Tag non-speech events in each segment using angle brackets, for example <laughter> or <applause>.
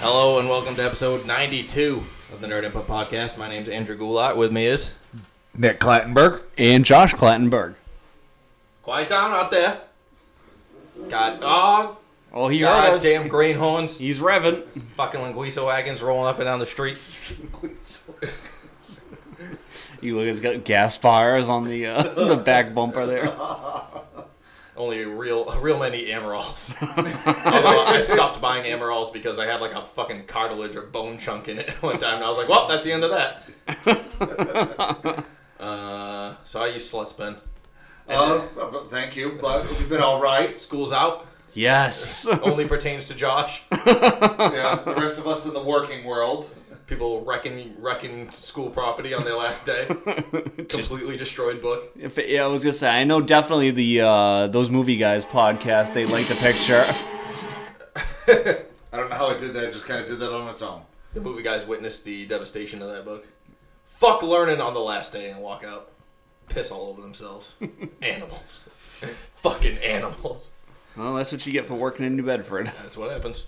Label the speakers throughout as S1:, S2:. S1: Hello and welcome to episode 92 of the Nerd Input Podcast. My name's Andrew Goulart. With me is
S2: Nick Clattenburg.
S3: and Josh Clattenburg.
S1: quiet down out there. God, oh,
S3: Oh, he heard us.
S1: goddamn greenhorns,
S3: He's revving.
S1: fucking linguiça wagons rolling up and down the street.
S3: You look, he's got gas fires on the uh, <laughs> the back bumper there. <laughs>
S1: Only real, real many <laughs> Amarols. Although I stopped buying Amarols because I had like a fucking cartilage or bone chunk in it <laughs> one time, and I was like, "Well, that's the end of that." uh, so how you sluts been?
S2: Uh, thank you, but it's been
S1: <laughs>
S2: all right.
S1: School's out.
S3: Yes. <laughs>
S1: Only pertains to Josh.
S2: Yeah, the rest of us in the working world.
S1: People wrecking wrecking school property on their last day. Completely destroyed book.
S3: If yeah, I was gonna say, I know definitely the uh, those movie guys podcast. They like the picture. <laughs>
S2: I don't know how it did that. It just kind of did that on its own.
S1: The movie guys witnessed the devastation of that book. Fuck learning on the last day and walk out. Piss all over themselves. animals. Fucking animals.
S3: Well, that's what you get for working in New Bedford. <laughs>
S1: That's what happens.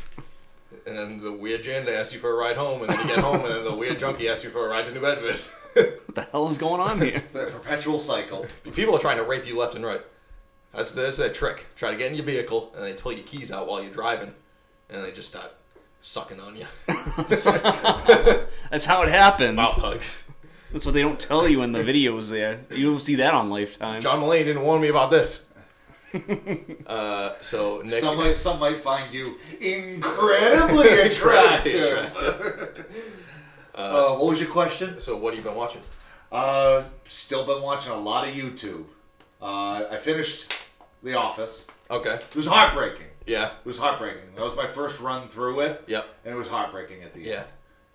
S1: And then the weird janitor asks you for a ride home, and then you get home, and then the weird junkie asks you for a ride to New Bedford. <laughs>
S3: What the hell is going on here?
S2: It's that perpetual cycle.
S1: People are trying to rape you left and right. That's that's their trick. Try to get in your vehicle, and they pull your keys out while you're driving, and they just start sucking on you.
S3: That's how it happens.
S1: Mouth <laughs> hugs.
S3: That's what they don't tell you in the videos. There, you don't see that on Lifetime.
S1: John Mulaney didn't warn me about
S2: <laughs>
S1: this. uh, so Nick,
S2: Some might, some might find you
S1: <laughs>
S2: incredibly attractive. <laughs> uh, what was your question?
S1: so what have you been watching?
S2: Uh, still been watching a lot of YouTube. Uh, I finished The Office.
S1: Okay,
S2: It was heartbreaking.
S1: yeah,
S2: It was heartbreaking. That was my first run through it,
S1: yep,
S2: and it was heartbreaking at the
S1: yeah.
S2: end.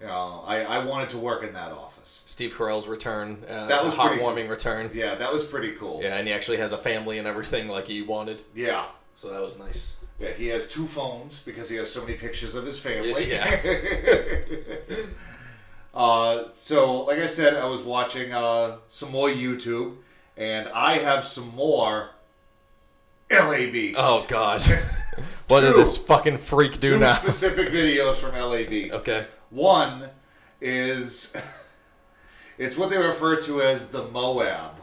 S2: You know, I, I wanted to work in that office.
S1: Steve Carell's return. Uh,
S2: That was
S1: a
S2: pretty
S1: heartwarming return.
S2: Yeah, that was pretty cool.
S1: Yeah, and he actually has a family and everything like he wanted.
S2: Yeah.
S1: So that was nice.
S2: Yeah, he has two phones because he has so many pictures of his family. <laughs> uh, so, like I said, I was watching uh, some more YouTube, and I have some more LA Beast.
S1: Oh God. what did
S2: Two.
S1: this fucking freak do
S2: Two
S1: now?
S2: specific videos from LA Beast.
S1: Okay.
S2: One is <laughs> it's what they refer to as the Moab.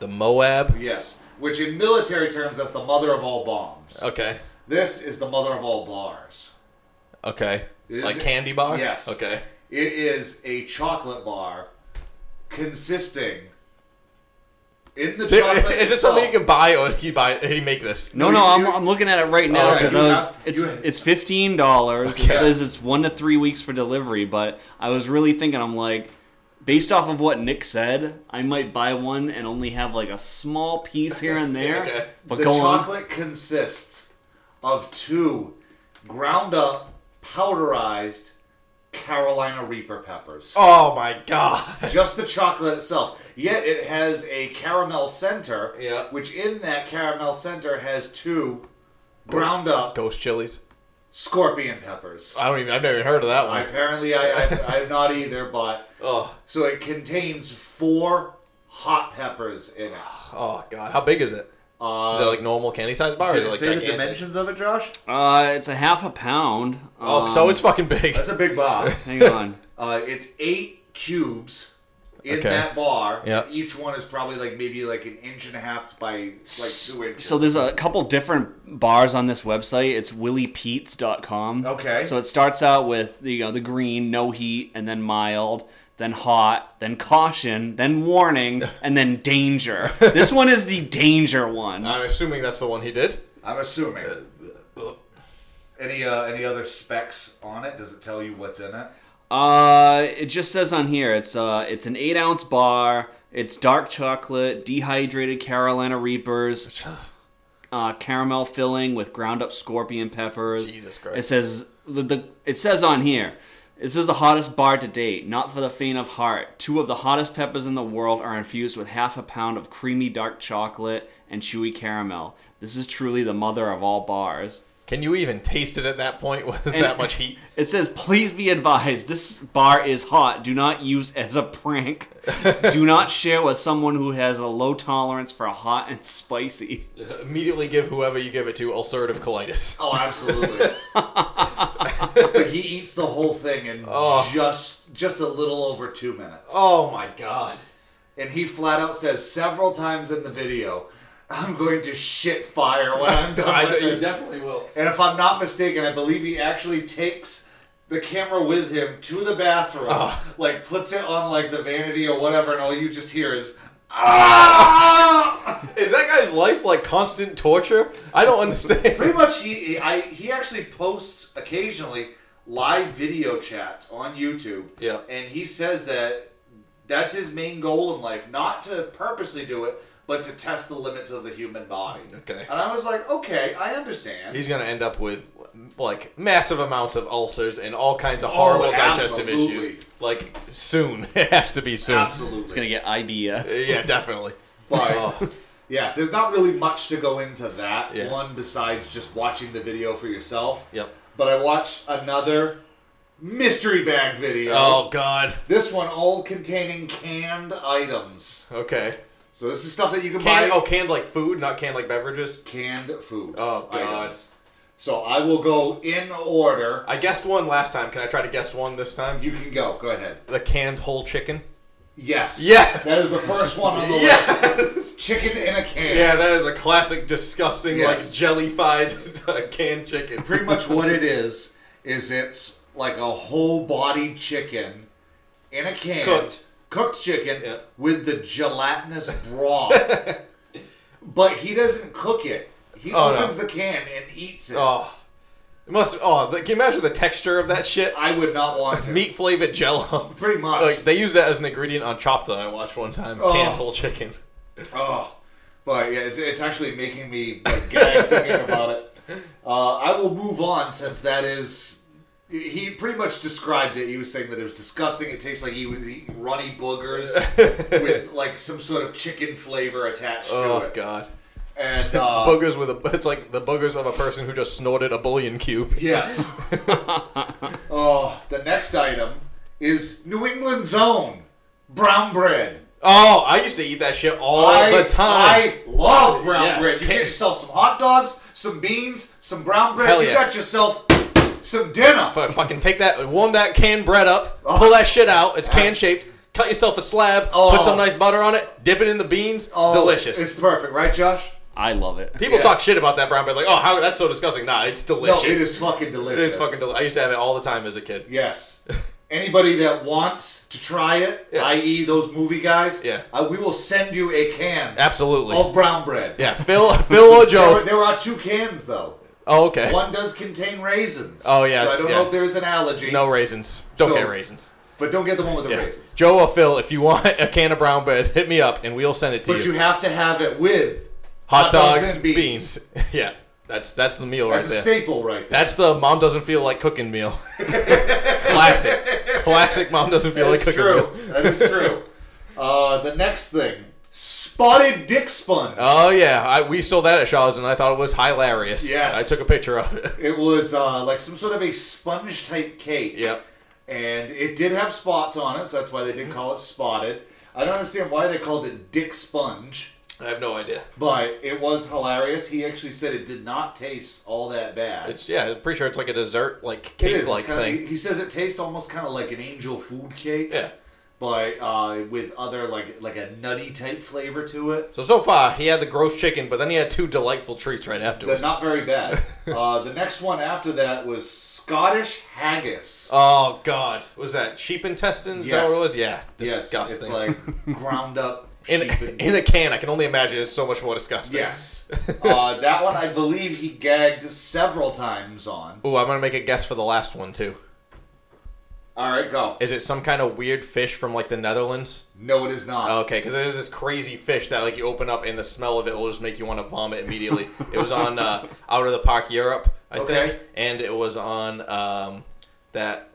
S1: The Moab.
S2: Yes, which in military terms, that's the mother of all bombs.
S1: Okay.
S2: This is the mother of all bars.
S1: Okay.
S2: Is
S1: like
S2: it-
S1: candy bar?
S2: Yes.
S1: Okay.
S2: It is a chocolate bar consisting
S1: <laughs>
S2: in the chocolate.
S1: Is this
S2: itself-
S1: something you can buy or he buy he make this?
S3: No, no,
S2: No, you-
S3: I'm, I'm looking at it right now
S2: Alright,
S3: because
S2: you
S3: I was
S2: have-
S3: it's
S2: you-
S3: it's fifteen dollars. It
S1: Okay.
S3: says it's one to three weeks for delivery, but I was really thinking I'm like, based off of what Nick said, I might buy one and only have like a small piece here
S1: <laughs>
S3: and there.
S1: Okay.
S3: But
S2: the
S3: go on.
S2: chocolate consists of two ground up, powderized Carolina Reaper peppers.
S1: Oh my god.
S2: Just the chocolate itself. Yet it has a caramel center,
S1: Yeah.
S2: which in that caramel center has two ground up
S1: Ghost chilies.
S2: scorpion peppers.
S1: I don't even I've never even heard of that one.
S2: Apparently, I, I, I'm not either, but.
S1: Oh,
S2: So it contains four hot peppers in it.
S1: oh god. How big is it?
S2: Uh,
S1: Is it like normal candy size bar? or Oh, is it like gigantic?
S2: of it, Josh?
S3: Uh, it's a half a pound.
S1: Oh,
S3: Um,
S1: so it's fucking big.
S2: That's a big
S1: <laughs>
S2: bar.
S3: hang on.
S2: uh, it's eight cubes in
S1: Okay.
S2: that bar.
S1: Yep.
S2: Each one is probably like maybe like an inch and a half by like two inches.
S3: So there's a couple different bars on this website. It's willypeets.com.
S2: Okay.
S3: So it starts out with you know the green, no heat, and then mild, then hot, then caution, then warning, and then danger. this one is the danger one.
S1: I'm assuming that's the one he <sighs> did.
S2: I'm assuming. Uh, Any uh, any other specs on it? Does it tell you what's in it?
S3: Uh, it just says on here it's uh it's an eight ounce bar. It's dark chocolate, dehydrated Carolina Reapers, uh, caramel filling with ground up scorpion peppers.
S1: Jesus
S3: It
S1: Christ.
S3: says the, the it says on here. This is the hottest bar to date, not for the faint of heart. Two of the hottest peppers in the world are infused with half a pound of creamy dark chocolate and chewy caramel. This is truly the mother of all bars.
S1: Can you even taste it at that point with
S3: And-
S1: that much heat?
S3: It says, please be advised, this bar is hot. Do not use as a prank. Do not share with someone who has a low tolerance for hot and spicy.
S1: Immediately give whoever you give it to ulcerative colitis.
S2: Oh, absolutely. <laughs> But he eats the whole thing in
S1: Oh.
S2: just just a little over two minutes.
S1: <laughs> Oh my god.
S2: And he flat out says several times in the video, "I'm going to shit fire when I'm
S1: <laughs> <laughs>
S2: done
S1: I,
S2: with
S1: you
S2: this."
S1: definitely will.
S2: And if I'm not mistaken, I believe he actually takes the camera with him to the bathroom,
S1: Ah.
S2: like puts it on like the vanity or whatever, and all you just hear is
S1: Ah.
S2: ah.
S1: Is that guy's life like constant torture? I <laughs> don't understand.
S2: Pretty much, he he- I, he actually posts occasionally live video chats on YouTube.
S1: Yeah.
S2: and he says that that's his main goal in life, not to purposely do it, but to test the limits of the human body.
S1: Okay.
S2: And I was like, okay, I understand.
S1: He's gonna end up with like massive amounts of ulcers and all kinds of horrible digestive
S2: Oh, absolutely.
S1: issues. Like soon, <laughs> it has to be soon.
S2: Absolutely.
S3: It's gonna get IBS.
S1: Yeah, definitely.
S2: But
S1: Oh.
S2: yeah, there's not really much to go into that
S1: Yeah.
S2: one besides just watching the video for yourself.
S1: Yep.
S2: But I watched another mystery bag video.
S1: Oh god.
S2: This one all containing canned items.
S1: Okay.
S2: So this is stuff that you can
S1: Canned,
S2: buy
S1: oh, canned like food, not canned like beverages.
S2: canned food.
S1: Oh, God.
S2: items. So I will go in order.
S1: I guessed one last time. Can I try to guess one this time?
S2: You can go. Go ahead.
S1: The canned whole chicken.
S2: Yes.
S1: Yes.
S2: That is the first one on the list.
S1: <laughs> Yes.
S2: Chicken in a can.
S1: Yeah, that is a classic, disgusting,
S2: Yes.
S1: like <laughs> jellified canned chicken.
S2: pretty much what it is is it's like a whole bodied chicken in a can
S1: Cooked.
S2: cooked chicken
S1: Yeah.
S2: with the gelatinous
S1: <laughs>
S2: broth but he doesn't cook it he
S1: Oh, no.
S2: opens the can and eats it
S1: Oh, it must. Oh, the, can you imagine the texture of that shit?
S2: i would not want to
S1: Meat flavored jello. <laughs>
S2: pretty much
S1: like they use that as an ingredient on Chopped that I watched one time.
S2: Oh.
S1: Canned whole chicken.
S2: oh but yeah it's, it's actually making me like gag
S1: <laughs>
S2: thinking about it uh, i will move on since that is he pretty much described it. He was saying that it was disgusting. It tastes like he was eating runny
S1: <laughs>
S2: boogers. with like some sort of chicken flavor attached to
S1: oh
S2: it.
S1: god. <laughs>
S2: And uh,
S1: boogers with a. It's like the boogers of a person who just snorted a bullion cube. <laughs>
S2: yes. oh, the next item is New England's own brown bread.
S1: Oh, I used to eat that shit all the time.
S2: I love brown
S1: Yes.
S2: bread. You get yourself some hot dogs, some beans, some brown bread.
S1: Hell
S2: you
S1: yeah.
S2: got yourself some dinner.
S1: Fu- fucking take that, warm that canned bread up, pull that shit out. It's can shaped. Cut yourself a slab,
S2: Oh.
S1: put some nice butter on it, dip it in the beans.
S2: Oh,
S1: delicious.
S2: It's perfect, right, Josh?
S3: I love it.
S1: People
S2: Yes.
S1: talk shit about that brown bread, like, oh, how that's so disgusting. Nah, it's
S2: No,
S1: delicious.
S2: it is fucking delicious.
S1: It's fucking delicious. I used to have it all the time as a kid.
S2: Yes. Anybody that wants to try it,
S1: Yeah.
S2: i.e., those movie guys,
S1: Yeah.
S2: uh, we will send you a can
S1: Absolutely.
S2: of brown bread.
S1: Yeah, Phil, Phil or
S2: <laughs> There, were-
S1: Joe.
S2: there are two
S1: <laughs>
S2: cans though.
S1: Oh, okay.
S2: One does contain raisins.
S1: Oh, yeah,
S2: So I don't
S1: yeah.
S2: know if there is an allergy.
S1: No raisins. Don't
S2: So-
S1: get raisins.
S2: But don't get the one with the
S1: Yeah.
S2: raisins.
S1: Joe or Phil, if you want a can of brown bread, <laughs> hit me up and we'll send it to
S2: But
S1: you.
S2: you have to have it with
S1: Hot, dogs,
S2: and beans.
S1: beans. <laughs> yeah, that's that's the meal
S2: That's
S1: right
S2: a
S1: there.
S2: staple right there.
S1: That's the mom doesn't feel like cooking meal. <laughs> Classic. Classic mom doesn't feel
S2: That
S1: like
S2: is
S1: cooking
S2: true.
S1: meal.
S2: that
S1: <laughs>
S2: is true. Uh, the next thing, spotted dick sponge.
S1: Oh yeah, I, we sold that at Shaw's and I thought it was hilarious.
S2: Yes.
S1: I took a picture of it. <laughs>
S2: It was uh, like some sort of a sponge type cake.
S1: yep.
S2: And it did have spots on it, so that's why they did call it spotted. I don't understand why they called it dick sponge.
S1: I have no idea.
S2: But it was hilarious. He actually said it did not taste all that bad.
S1: It's yeah, I'm pretty sure it's like a dessert, like
S2: It is.
S1: cake,
S2: It's
S1: like
S2: kinda-
S1: thing.
S2: He says it tastes almost kind of like an angel food cake.
S1: Yeah.
S2: But uh, with other like like a nutty type flavor to it.
S1: So so far, he had the gross chicken, but then he had two delightful treats right
S2: They're
S1: afterwards.
S2: not very
S1: <laughs>
S2: bad. uh, the next one after that was Scottish haggis.
S1: oh God, was that sheep intestines? Is that what
S2: Yes.
S1: it was? Yeah,
S2: Yes,
S1: disgusting.
S2: it's
S1: <laughs>
S2: like ground up.
S1: in,
S2: sheep and-
S1: in a can, I can only imagine it's so much more <laughs> disgusting.
S2: yes. uh, that one I believe he gagged several times on.
S1: Ooh, I'm gonna make a guess for the last one too.
S2: All right, go.
S1: Is it some kind of weird fish from like the Netherlands?
S2: No, it is not.
S1: Okay, because there's this crazy fish that like you open up and the smell of it will just make you want to vomit
S2: <laughs>
S1: immediately. it was on uh, Out of the Park Europe, I
S2: Okay.
S1: think, and it was on um, that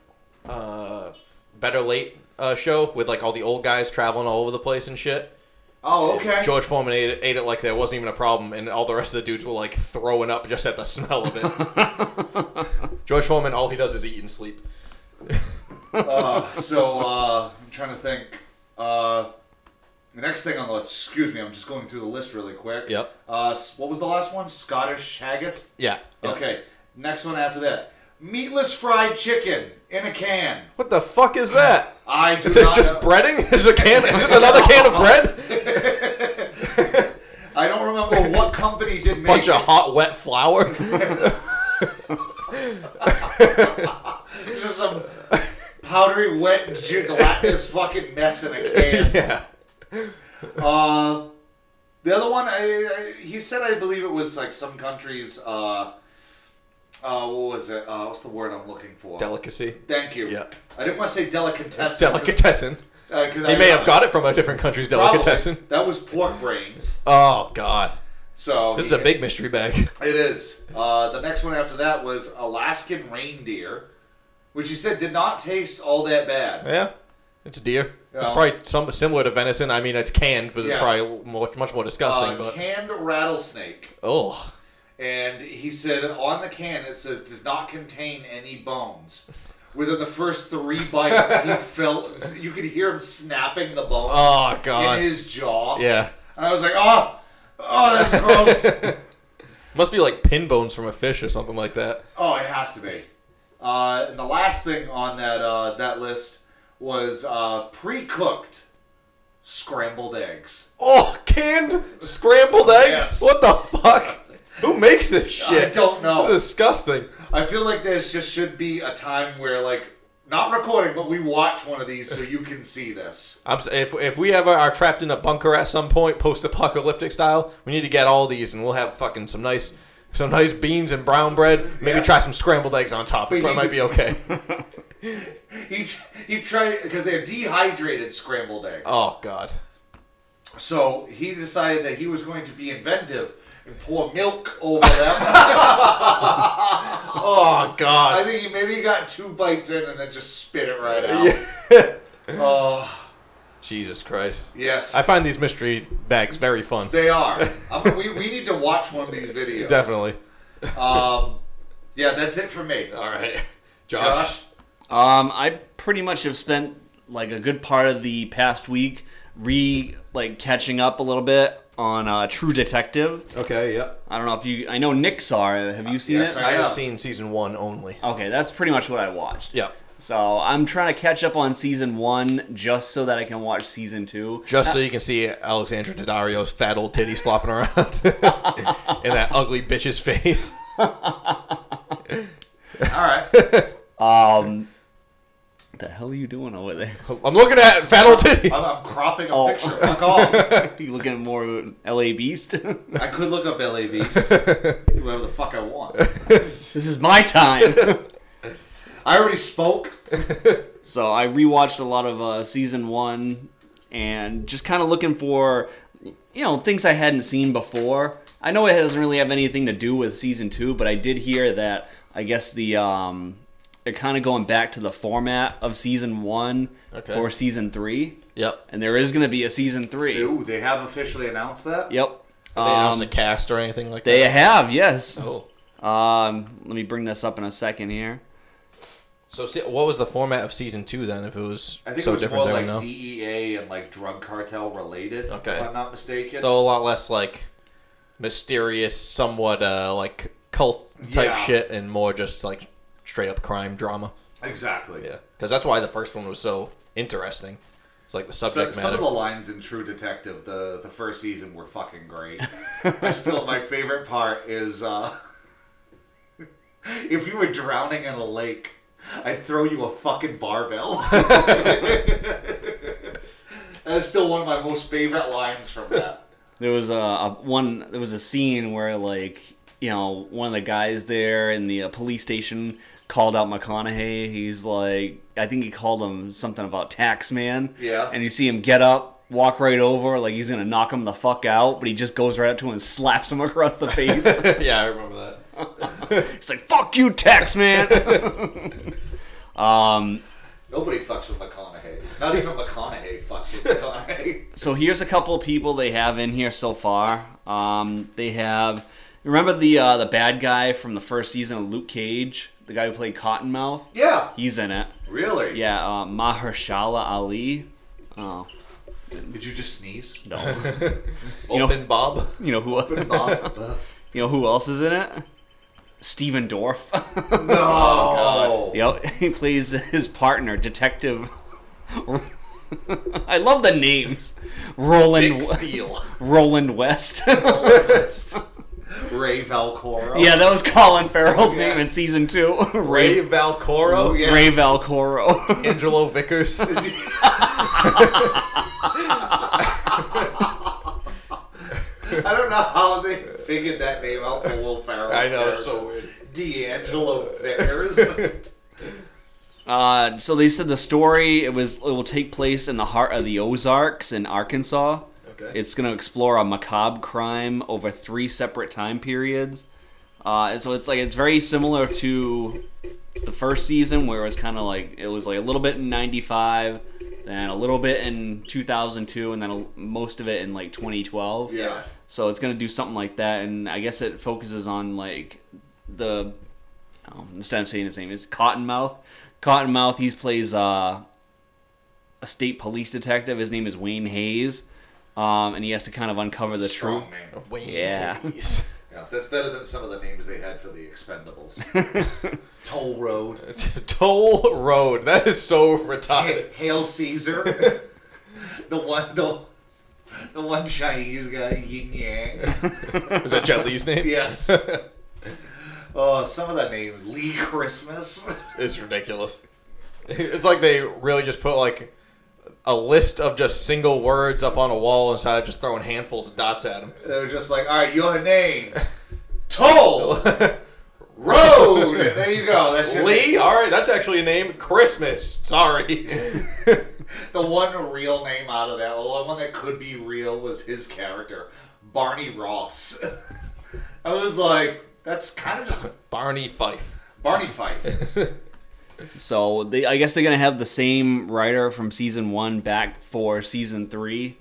S1: uh, Better Late uh, show with like all the old guys traveling all over the place and shit.
S2: oh, okay.
S1: George Foreman ate it, ate it like there wasn't even a problem, and all the rest of the dudes were like throwing up just at the smell of it.
S2: <laughs>
S1: George Foreman, all he does is eat and sleep.
S2: Uh, so uh, I'm trying to think. Uh, the next thing on the list. Excuse me, I'm just going through the list really quick.
S1: Yep.
S2: Uh, s- what was the last one? Scottish haggis.
S1: Yeah. yeah.
S2: Okay. Next one after that, meatless fried chicken in a can.
S1: What the fuck is that?
S2: I
S1: <laughs>
S2: do
S1: Is this
S2: not
S1: just
S2: know-
S1: breading? Is this a can? Is this another can of bread?
S2: I don't remember
S1: <laughs>
S2: what company did make
S1: Bunch
S2: it.
S1: of hot, wet
S2: <laughs>
S1: flour.
S2: It's just some powdery, wet, gelatinous fucking mess in a can.
S1: <laughs> yeah.
S2: Uh, the other one, I, I, he said, I believe it was like some countries. Uh, uh, what was it? Uh, what's the word I'm looking for?
S1: Delicacy.
S2: Thank you.
S1: Yeah.
S2: I didn't want to say delicatessen.
S1: Delicatessen.
S2: Uh, 'cause
S1: He
S2: I-
S1: may have got it from a different country's
S2: Probably.
S1: delicatessen.
S2: That was pork brains.
S1: Oh God.
S2: So
S1: This is
S2: he-
S1: a big mystery bag.
S2: It is. Uh, the next one after that was Alaskan reindeer, which he said did not taste all that bad.
S1: Yeah. It's deer. It's
S2: Yeah.
S1: probably some similar to venison. I mean, it's canned, but it's
S2: Yes.
S1: probably more, much more disgusting.
S2: Uh,
S1: but
S2: canned rattlesnake.
S1: oh,
S2: and he said on the can it says does not contain any bones. Within the first three
S1: <laughs>
S2: bites, he felt you could hear him snapping the bone
S1: oh
S2: in
S1: God.
S2: his jaw.
S1: Yeah.
S2: and I was like, oh, oh, that's
S1: <laughs>
S2: gross.
S1: Must be like pin bones from a fish or something like that.
S2: oh, it has to be. Uh, and the last thing on that uh, that list was uh, pre-cooked scrambled eggs.
S1: Oh, canned scrambled eggs?
S2: Yes.
S1: What the fuck? Who makes this
S2: I
S1: shit?
S2: don't know.
S1: This is disgusting.
S2: I feel like this just should be a time where like not recording, but we watch one of these so you can see this.
S1: I'm, s- if, if we ever are trapped in a bunker at some point, post-apocalyptic style, we need to get all these, and we'll have fucking some nice, some nice beans and brown bread. Maybe
S2: Yeah.
S1: try some scrambled eggs on top.
S2: But
S1: That
S2: you-
S1: might be okay.
S2: <laughs> He he tried because they're dehydrated scrambled eggs.
S1: oh God.
S2: So he decided that he was going to be inventive and pour milk
S1: <laughs>
S2: over them.
S1: Oh
S2: I
S1: God.
S2: think he maybe got two bites in and then just spit it right out. Oh,
S1: Jesus Christ.
S2: yes.
S1: I find these mystery bags very fun.
S2: they are. I mean, we, we need to watch one of these videos.
S1: Definitely.
S2: Um, yeah, that's it for me.
S1: All right,
S2: Josh?
S3: Um, I pretty much have spent like a good part of the past week re like catching up a little bit on uh, True Detective.
S1: Okay. Yeah.
S3: I don't know if you. I know Nick saw it. Have you seen
S2: Yes,
S3: it?
S2: I
S1: I have
S2: have.
S1: seen season one only.
S3: okay, that's pretty much what I watched.
S1: Yeah.
S3: So I'm trying to catch up on season one just so that I can watch season two.
S1: Just so you can see Alexandra Daddario's fat old titties flopping around <laughs> in that ugly bitch's face. <laughs>
S2: All right.
S1: <laughs>
S3: Um, what the hell are you doing over there? <laughs>
S1: I'm looking at fat old titties.
S2: I'm, I'm cropping a picture.
S1: <laughs>
S2: Fuck off.
S3: you looking at more L.A. Beast? <laughs>
S2: I could look up
S1: <laughs>
S2: LA Beast. Do whatever the fuck I want.
S3: this is my time.
S2: I already spoke.
S3: So I rewatched a lot of uh, season one, and just kind of looking for, you know, things I hadn't seen before. I know it doesn't really have anything to do with season two, but I did hear that I guess the um, they're kind of going back to the format of season one
S1: Okay.
S3: for season three,
S1: Yep.
S3: and there is going to be a season three.
S2: Ooh, they have officially announced that?
S3: Yep.
S1: They announced a
S3: Um,
S1: cast or anything like
S3: they
S1: that.
S3: have yes.
S1: Oh.
S3: Um, let me bring this up in a second here.
S1: So se- what was the format of season two then? If it was
S2: I think
S1: so
S2: it was
S1: different,
S2: more
S1: as I
S2: like
S1: know.
S2: DEA and like drug cartel related,
S1: Okay.
S2: if I'm not mistaken.
S1: so a lot less like mysterious, somewhat uh, like cult type
S2: Yeah.
S1: shit, and more just like straight up crime drama.
S2: exactly.
S1: Yeah, because that's why the first one was so interesting. It's like the
S2: So,
S1: subject
S2: some of
S1: matter.
S2: the lines in True Detective, the the first season, were fucking great. I still, my favorite part is uh, <laughs> if you were drowning in a lake, I'd throw you a fucking barbell. <laughs> That's still one of my most favorite lines from that.
S3: there was a, a one there was a scene where like you know one of the guys there in the uh, police station called out mcconaughey he's like i think he called him something about tax man
S2: Yeah.
S3: and you see him get up walk right over like he's gonna knock him the fuck out but he just goes right up to him and slaps him <laughs> across the face
S1: <laughs> yeah, I remember that.
S3: he's like fuck you tax man <laughs> um
S2: Nobody fucks with McConaughey. Not even McConaughey fucks with McConaughey. <laughs>
S3: so here's a couple of people they have in here so far. Um, they have remember the uh, the bad guy from the first season of Luke Cage, the guy who played Cottonmouth.
S2: yeah,
S3: He's in it.
S2: really.
S3: Yeah, uh, Mahershala Ali. Oh
S2: Did you just sneeze? <laughs>
S3: no,
S1: Open Bob.
S3: you know who <laughs>
S2: Bob.
S3: you know who else is in it? Steven Dorff. <laughs>
S2: No.
S3: Yep, <laughs> he plays his partner, Detective. <laughs> I love the names. Roland
S4: Dick Steele.
S3: Roland West. <laughs>
S2: <laughs> Ray Valcora.
S3: yeah, that was Colin Farrell's
S2: Yeah.
S3: name in season two. <laughs>
S1: Ray
S3: Ray
S1: Valcoro,
S2: yeah.
S3: Ray
S2: yes.
S3: Valcoro.
S1: Angelo
S2: <laughs>
S1: Vickers.
S2: I don't know how they figured that name out for Will Ferrell.
S1: I know, it's so weird.
S2: D'Angelo
S1: <laughs>
S2: Vickers.
S3: <laughs> uh, so they said the story it was it will take place in the heart of the Ozarks in Arkansas.
S4: Okay.
S3: It's going to explore a macabre crime over three separate time periods. Uh, and so it's like it's very similar to the first season where it was kind of like it was like a little bit in 95 then a little bit in 2002 and then a, most of it in like 2012
S2: yeah.
S3: so it's going to do something like that and i guess it focuses on like the oh, instead of saying his name it's cottonmouth cottonmouth he plays uh, a state police detective his name is wayne hayes um, and he has to kind of uncover the truth
S2: Strong name.
S4: Wayne
S3: Yeah.
S4: Hayes.
S2: Yeah, that's better than some of the names they had for the
S3: <laughs>
S2: Expendables. Toll Road.
S1: <laughs> Toll Road. That is so
S2: Ha-
S1: <laughs> retarded.
S2: Hail Caesar. the one. The, the one Chinese guy,
S1: <laughs>
S2: Yin Yang.
S1: Is that Jet Li's name? <laughs>
S2: Yes. Oh, some of the names. Lee Christmas. <laughs>
S4: It's ridiculous.
S1: It's like they really just put like a list of just single words up on a wall and started just throwing handfuls of dots at them.
S2: They were just like, all right, your name, Toll Road. there you go. That's
S1: <laughs>
S2: your
S1: Lee? Alright, that's actually a name. Christmas. Sorry.
S2: The one real name out of that. The only one that could be real was his character, Barney Ross. <laughs> I was like, that's kind of just
S1: <laughs> Barney Fife.
S2: Barney Fife.
S3: So they, I guess they're gonna have the same writer from season one back for season three.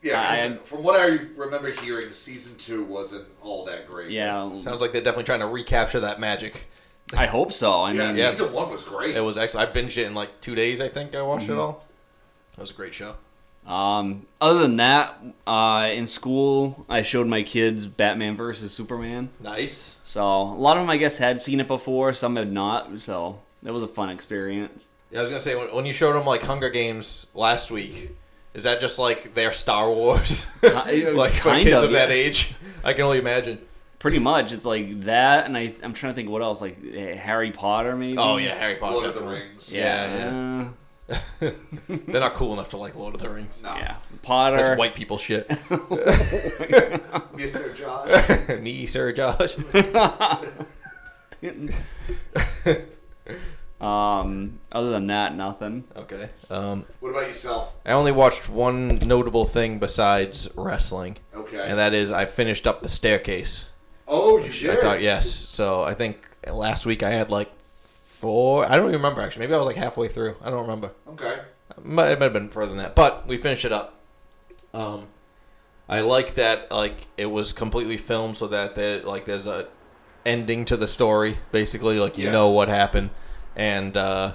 S2: Yeah, 'cause
S3: I-
S2: from what I remember hearing, season two wasn't all that great.
S3: Yeah,
S1: Sounds like they're definitely trying to recapture that magic.
S3: I hope so. I
S2: Yeah,
S3: mean,
S1: Yeah.
S2: season one was great.
S1: It was excellent. I binged it in like two days, I think I watched
S3: Mm-hmm.
S1: it all. That was a great show.
S3: um, other than that, uh, in school I showed my kids Batman versus Superman.
S1: Nice.
S3: So a lot of them, I guess, had seen it before. Some had not. So it was a fun experience.
S1: Yeah, I was gonna say when, when you showed them like Hunger Games last week, is that just like their Star Wars,
S3: it was
S1: <laughs> like for
S3: kind
S1: kids
S3: of,
S1: of, that
S3: yeah. Mm-hmm.
S1: age? I can only imagine.
S3: Pretty much, it's like that, and I, I'm trying to think what else, like eh, Harry Potter, maybe.
S1: Oh yeah, Harry Potter.
S2: Lord of the
S1: definitely.
S2: Rings.
S1: Yeah, yeah. <laughs>
S3: Uh,
S1: They're not cool enough to like Lord of the Rings.
S2: No, <laughs>
S3: yeah. Potter.
S1: That's white people
S3: <laughs>
S1: shit. <laughs>
S2: Mr. Josh.
S1: Me, Sir
S3: <laughs>
S1: Josh.
S3: <laughs> Um, other than that, nothing.
S1: Okay. Um,
S2: What about yourself?
S1: I only watched one notable thing besides wrestling,
S2: Okay.
S1: and that is I finished up the staircase.
S2: oh, you
S1: I
S2: did.
S1: thought yes. So I think last week I had like four. I don't even remember actually. Maybe I was like halfway through. I don't remember.
S2: Okay.
S1: It might it might have been further than that, but we finished it up. Um, I like that. Like it was completely filmed, so that there like there's a ending to the story. Basically, like you
S2: Yes.
S1: know what happened, and uh,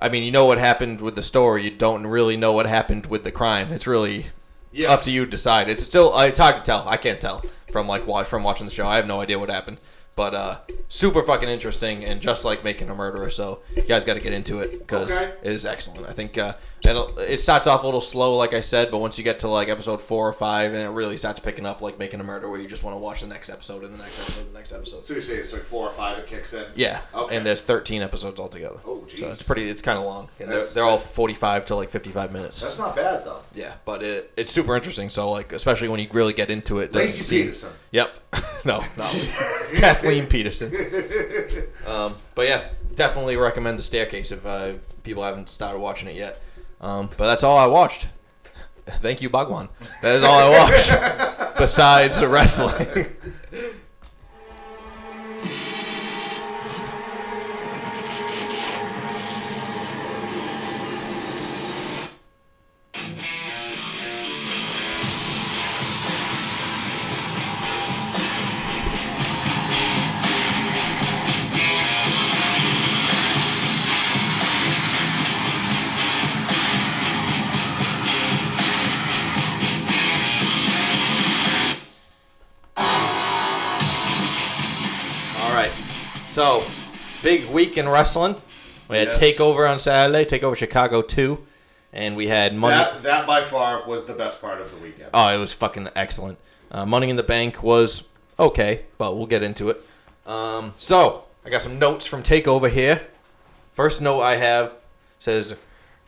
S1: I mean you know what happened with the story. You don't really know what happened with the crime. It's really
S2: Yes.
S1: up to you to decide. It's still uh, it's hard to tell. I can't tell from like watch from watching the show. I have no idea what happened. But uh, super fucking interesting and just like making a murderer, so you guys got to get into it because
S2: Okay.
S1: it is excellent. I think uh, it'll, it starts off a little slow, like I said, but once you get to like episode four or five, and it really starts picking up, like making a murder, where you just want to watch the next episode and the next episode, and the next episode.
S2: So you say it's like four or five. It kicks in.
S1: Yeah,
S2: Okay.
S1: and there's 13 episodes altogether.
S2: Oh,
S1: so
S2: jeez.
S1: it's pretty. It's kind of long. And they're,
S2: That's-
S1: they're all 45 to like 55 minutes.
S2: That's not bad though.
S1: Yeah, but it, it's super interesting. So like, especially when you really get into it. doesn't
S2: Lacey
S1: seem-
S2: Peterson.
S1: Yep. <laughs> no, not
S2: <laughs>
S1: Kathleen Peterson. Um, but yeah, definitely recommend the Staircase if uh, people haven't started watching it yet. Um, but that's all I watched. Thank you, Bhagwan. That is all I watched.
S2: <laughs>
S1: besides the wrestling. <laughs> So, big week in wrestling. We had
S2: Yes.
S1: Takeover on Saturday, Takeover Chicago two, and we had Money.
S2: That that by far was the best part of the weekend.
S1: Oh, it was fucking excellent. Uh, Money in the Bank was okay, but we'll get into it. Um, so I got some notes from Takeover here. First note I have says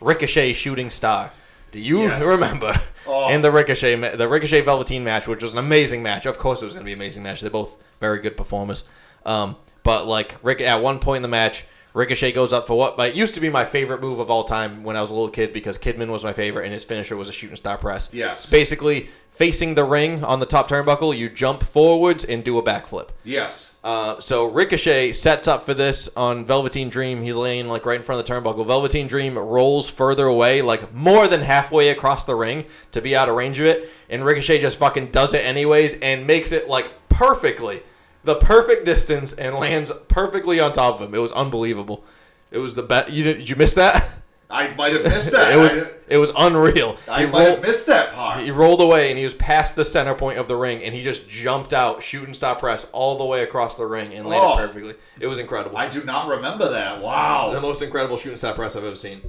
S1: Ricochet shooting star. Do you <laughs>
S2: Yes.
S1: remember
S2: Oh.
S1: in the Ricochet ma- the Ricochet Velveteen match, which was an amazing match? Of course, it was going to be an amazing match. They're both very good performers. Um, but like Rick, at one point in the match, Ricochet goes up for what but it used to be my favorite move of all time when I was a little kid because Kidman was my favorite, and his finisher was a shooting star press.
S2: Yes.
S1: Basically, facing the ring on the top turnbuckle, you jump forwards and do a backflip.
S2: Yes.
S1: Uh, so Ricochet sets up for this on Velveteen Dream. He's laying like right in front of the turnbuckle. Velveteen Dream rolls further away, like more than halfway across the ring to be out of range of it. And Ricochet just fucking does it anyways and makes it like perfectly, the perfect distance, and lands perfectly on top of him. It was unbelievable. It was the best. You did, did you miss that?
S2: I might
S1: <laughs>
S2: have missed that.
S1: it was
S2: I,
S1: it was unreal.
S2: I
S1: He
S2: might
S1: roll-
S2: have missed that part.
S1: he rolled away and he was past the center point of the ring and he just jumped out, shooting stop press all the way across the ring and landed
S2: Oh.
S1: perfectly. It was incredible.
S2: I do not remember that.
S1: the
S2: Wow.
S1: most incredible shooting stop press I've ever seen.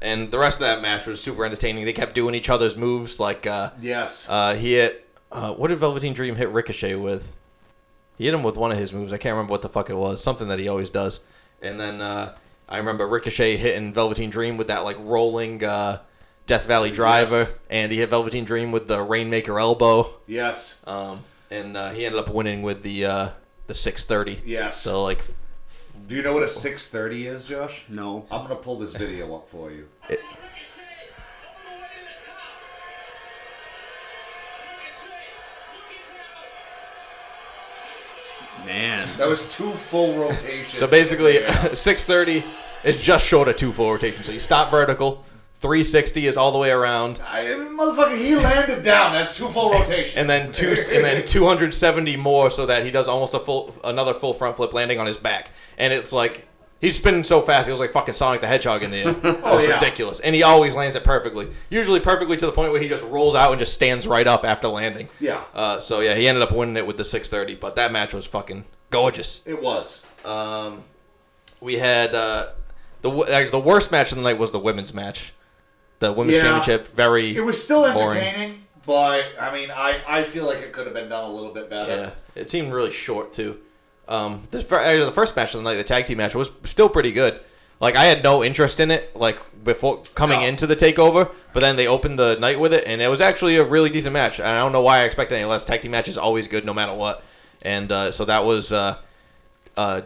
S1: And the rest of that match was super entertaining. They kept doing each other's moves. Like uh,
S2: Yes.
S1: uh, he hit uh, what did Velveteen Dream hit Ricochet with? He hit him with one of his moves. I can't remember what the fuck it was. Something that he always does. And then uh, I remember Ricochet hitting Velveteen Dream with that like rolling uh, Death Valley Driver,
S2: Yes.
S1: and he hit Velveteen Dream with the Rainmaker Elbow.
S2: yes.
S1: Um, and uh, he ended up winning with the uh, the six thirty.
S2: Yes.
S1: So like,
S2: do you know what a 6:30 is, Josh?
S5: No.
S2: I'm gonna pull this video up for you.
S5: Man.
S2: That was two full
S1: <laughs>
S2: rotations.
S1: so basically, <laughs> six thirty is just short of two full rotation. So you stop vertical. Three sixty is all the way around,
S2: I, motherfucker, he landed down. That's two full rotations.
S1: and then two and then two hundred seventy more, so that he does almost a full another full front flip landing on his back. And it's like he's spinning so fast, he was like fucking Sonic the Hedgehog in the air.
S2: <laughs> Oh,
S1: it's
S2: yeah.
S1: ridiculous, and he always lands it perfectly. Usually perfectly to the point where he just rolls out and just stands right up after landing.
S2: Yeah.
S1: Uh, so yeah, he ended up winning it with the 630, but that match was fucking gorgeous.
S2: <laughs> it was.
S1: Um, we had uh, the w- uh, the worst match of the night was the women's match, the women's
S2: Yeah.
S1: championship. Very
S2: It was still
S1: boring.
S2: entertaining, but I mean, I, I feel like it could have been done a little bit better.
S1: Yeah, it seemed really short too. Um, this fir- uh, the first match of the night, the tag team match, was still pretty good. Like I had no interest in it, like before coming
S2: No.
S1: into the takeover, but then they opened the night with it, and it was actually a really decent match. And I don't know why I expect any less. Tag team match is always good, no matter what. And uh, so that was uh, uh,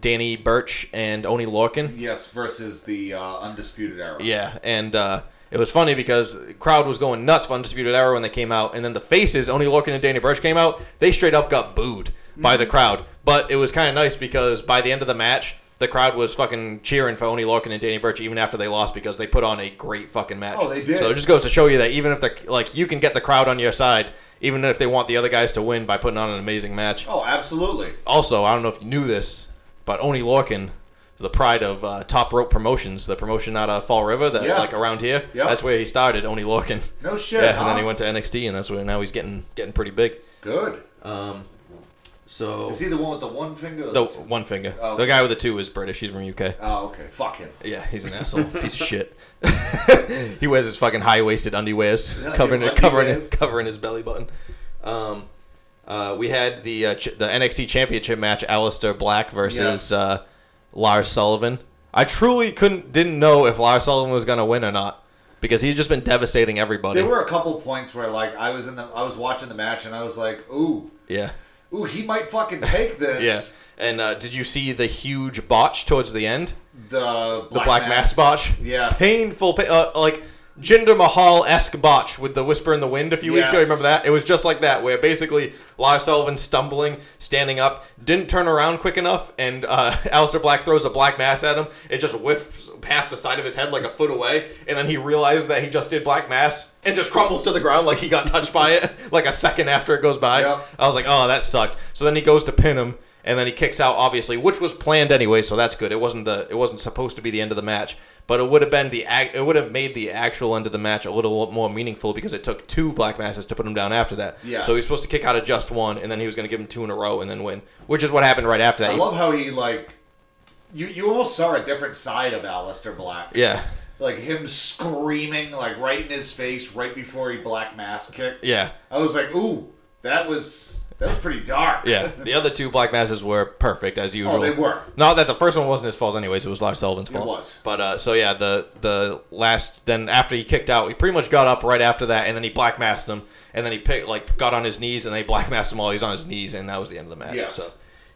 S1: Danny Birch and Oni Lorcan.
S2: Yes, versus the uh, undisputed era.
S1: Yeah, and uh, it was funny because the crowd was going nuts for Undisputed Era when they came out, and then the faces, Oni Lorcan and Danny Burch came out, they straight up got booed by
S2: Mm-hmm.
S1: the crowd. But it was kind of nice because by the end of the match, the crowd was fucking cheering for Oni Lorcan and Danny Burch even after they lost because they put on a great fucking match.
S2: Oh, they did.
S1: So it just goes to show you that even if the like you can get the crowd on your side, even if they want the other guys to win by putting on an amazing match.
S2: Oh, absolutely.
S1: Also, I don't know if you knew this, but Oni Lorcan is the pride of uh, Top Rope Promotions, the promotion out of Fall River, that
S2: Yeah.
S1: like around here.
S2: Yeah.
S1: That's where he started, Oni Lorcan.
S2: No
S1: <laughs>
S2: shit.
S1: yeah,
S2: huh?
S1: and then he went to NXT, and that's where now he's getting getting pretty big.
S2: Good.
S1: Um, so
S2: Is he the one with the one finger? or
S1: the
S2: two?
S1: one finger,
S2: Oh.
S1: the guy with the two is British. He's from UK.
S2: Oh, okay. Fuck him.
S1: Yeah, he's an
S2: <laughs>
S1: asshole, piece of shit. <laughs> he wears his fucking high waisted underwears, covering
S2: Underwears.
S1: covering his, covering his belly button. Um, uh, we had the uh, ch- the NXT Championship match: Alistair Black versus
S2: Yes.
S1: uh, Lars Sullivan. I truly couldn't didn't know if Lars Sullivan was gonna win or not because he's just been devastating everybody.
S2: There were a couple points where like I was in the I was watching the match and I was like, ooh,
S1: yeah,
S2: ooh, he might fucking take
S1: yeah.
S2: this.
S1: And uh, did you see the huge botch towards the end?
S2: The black
S1: the black mass botch.
S2: Yes.
S1: Painful, pa- uh, like Jinder Mahal esque botch with the whisper in the wind a few weeks ago.
S2: Yes.
S1: Remember that? It was just like that, where basically Lars Sullivan stumbling, standing up, didn't turn around quick enough, and uh, <laughs> Alistair Black throws a black mass at him. It just whiffs past the side of his head like a foot away, and then he realizes that he just did black mass and just crumbles to the ground like he <laughs> got touched by it, like a second after it goes by.
S2: Yep.
S1: I was like, oh, that sucked. So then he goes to pin him. and then he kicks out obviously, which was planned anyway, so that's good. It wasn't the it wasn't supposed to be the end of the match, but it would have been the ac- it would have made the actual end of the match a little more meaningful because it took two black masses to put him down after that.
S2: Yes.
S1: So he was supposed to kick out of just one, and then he was going to give him two in a row and then win, which is what happened right after that.
S2: I love how he like you you almost saw a different side of Aleister Black.
S1: yeah,
S2: Like him screaming like right in his face right before he black mask kicked.
S1: yeah.
S2: I was like, ooh, that was that was pretty dark.
S1: Yeah, the other two black masses were perfect as usual.
S2: Oh, they were.
S1: Not that the first one wasn't his fault, anyways. It was Lars Sullivan's fault.
S2: was.
S1: But uh, so yeah, the the last then after he kicked out, he pretty much got up right after that, and then he black masked him, and then he picked like got on his knees, and they black masked him while he's on his knees, and that was the end of the match.
S2: Yes.
S1: So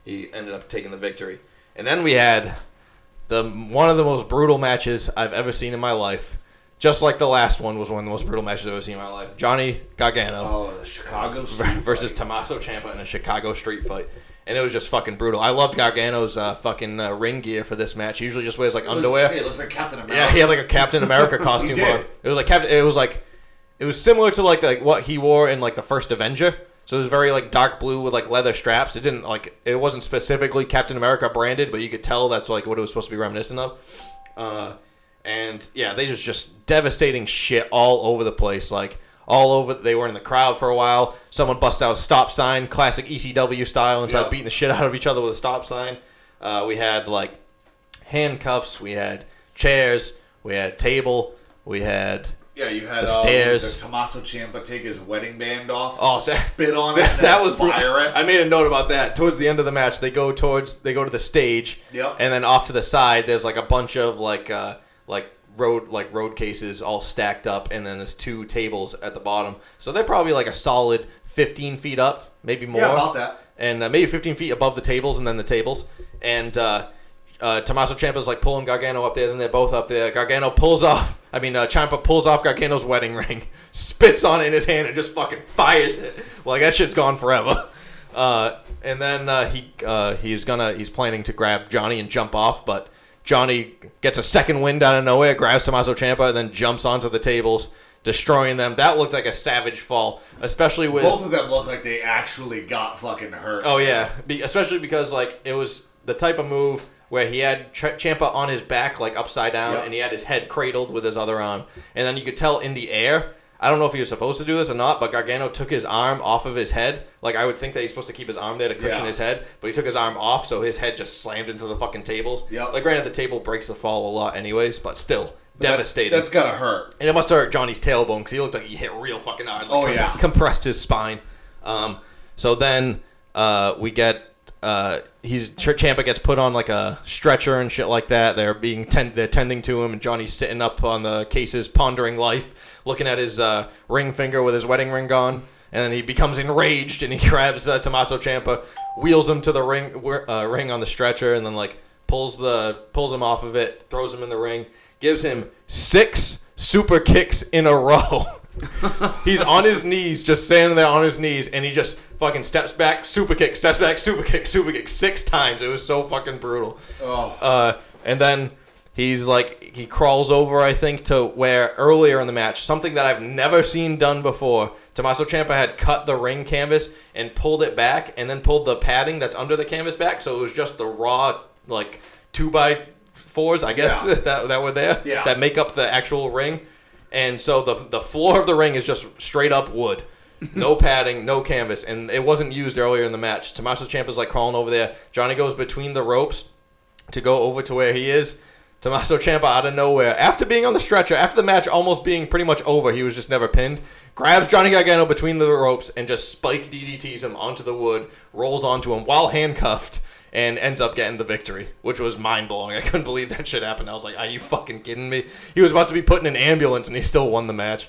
S1: he ended up taking the victory, and then we had the one of the most brutal matches I've ever seen in my life. Just like the last one was one of the most brutal matches I've ever seen in my life. Johnny Gargano
S2: <laughs> Oh, the Chicago
S1: <laughs>
S2: street
S1: versus
S2: fight.
S1: Tommaso Ciampa in a Chicago street fight. And it was just fucking brutal. I loved Gargano's uh, fucking uh, ring gear for this match. He usually just wears like
S2: It looks-
S1: underwear.
S2: yeah, it looks like Captain America.
S1: yeah, he had like a Captain
S2: <laughs>
S1: America costume
S2: did.
S1: on. It was like Captain. It was like it was similar to like like what he wore in like the first Avenger. So it was very like dark blue with like leather straps. It didn't like it wasn't specifically Captain America branded, but you could tell that's like what it was supposed to be reminiscent of. Uh, and yeah, they just just devastating shit all over the place. Like all over, they were in the crowd for a while. Someone bust out a stop sign, classic ECW style, and started
S2: Yeah.
S1: beating the shit out of each other with a stop sign. Uh, we had like handcuffs, we had chairs, we had table, we had
S2: <laughs> Yeah, you had
S1: The
S2: uh, what was
S1: stairs.
S2: it, Tommaso Ciampa take his wedding band off,
S1: Oh, that-
S2: spit
S1: <laughs>
S2: on it, and
S1: that was
S2: fire it.
S1: I made a note about that. Towards the end of the match, they go towards they go to the stage,
S2: Yep.
S1: and then off to the side, there's like a bunch of like uh, like road like road cases all stacked up, and then there's two tables at the bottom. So they're probably like a solid 15 feet up, maybe more.
S2: Yeah, about that.
S1: and uh, maybe 15 feet above the tables and then the tables. And uh, uh, Tommaso Ciampa's like pulling Gargano up there, then they're both up there. Gargano pulls off, I mean, uh, Ciampa pulls off Gargano's wedding ring, <laughs> spits on it in his hand, and just fucking fires it. Like, that shit's gone forever. <laughs> Uh, and then uh, he uh, he's gonna he's planning to grab Johnny and jump off, but Johnny gets a second wind out of nowhere, grabs Tommaso Ciampa, and then jumps onto the tables, destroying them. That looked like a savage fall, especially with
S2: Both of them look like they actually got fucking hurt.
S1: Oh yeah, Be- especially because like it was the type of move where he had Ch- Champa on his back, like upside down,
S2: Yep.
S1: and he had his head cradled with his other arm, and then you could tell in the air. I don't know if he was supposed to do this or not, but Gargano took his arm off of his head. Like I would think that he's supposed to keep his arm there to cushion
S2: Yeah.
S1: his head, but he took his arm off, so his head just slammed into the fucking tables.
S2: Yep.
S1: Like granted, the table breaks the fall a lot, anyways, but still
S2: That-
S1: devastating.
S2: that's gotta hurt.
S1: And it must have hurt Johnny's tailbone because he looked like he hit real fucking hard. Like,
S2: Oh, yeah.
S1: compressed his spine. Um, so then uh, we get uh, he's Ch- Champa gets put on like a stretcher and shit like that. They're being tend- they're tending to him, and Johnny's sitting up on the cases, pondering life, looking at his uh, ring finger with his wedding ring gone. And then he becomes enraged, and he <laughs> grabs uh, Tommaso Champa, wheels him to the ring wi- uh, ring on the stretcher, and then like pulls the pulls him off of it, throws him in the ring, gives him six super kicks in a row. <laughs> He's on his knees, just standing there on his knees, and he just fucking steps back, super kick, steps back, super kick, super kick, six times. It was so fucking brutal.
S2: Oh.
S1: Uh, and then he's like, he crawls over, I think, to where earlier in the match, something that I've never seen done before. Tommaso Ciampa had cut the ring canvas and pulled it back, and then pulled the padding that's under the canvas back, so it was just the raw, like, two by fours, I guess, <laughs>
S2: Yeah.
S1: that, that were there,
S2: Yeah.
S1: that make up the actual ring. And so the the floor of the ring is just straight up wood.
S2: <laughs>
S1: No padding, no canvas, and it wasn't used earlier in the match. Tommaso Ciampa's like crawling over there. Johnny goes between the ropes to go over to where he is. Tommaso Ciampa out of nowhere, after being on the stretcher, after the match almost being pretty much over, he was just never pinned. Grabs Johnny Gargano between the ropes and just spike DDTs him onto the wood, rolls onto him while handcuffed, and ends up getting the victory, which was mind blowing. I couldn't believe that shit happened. I was like, "Are you fucking kidding me?" He was about to be put in an ambulance, and he still won the match.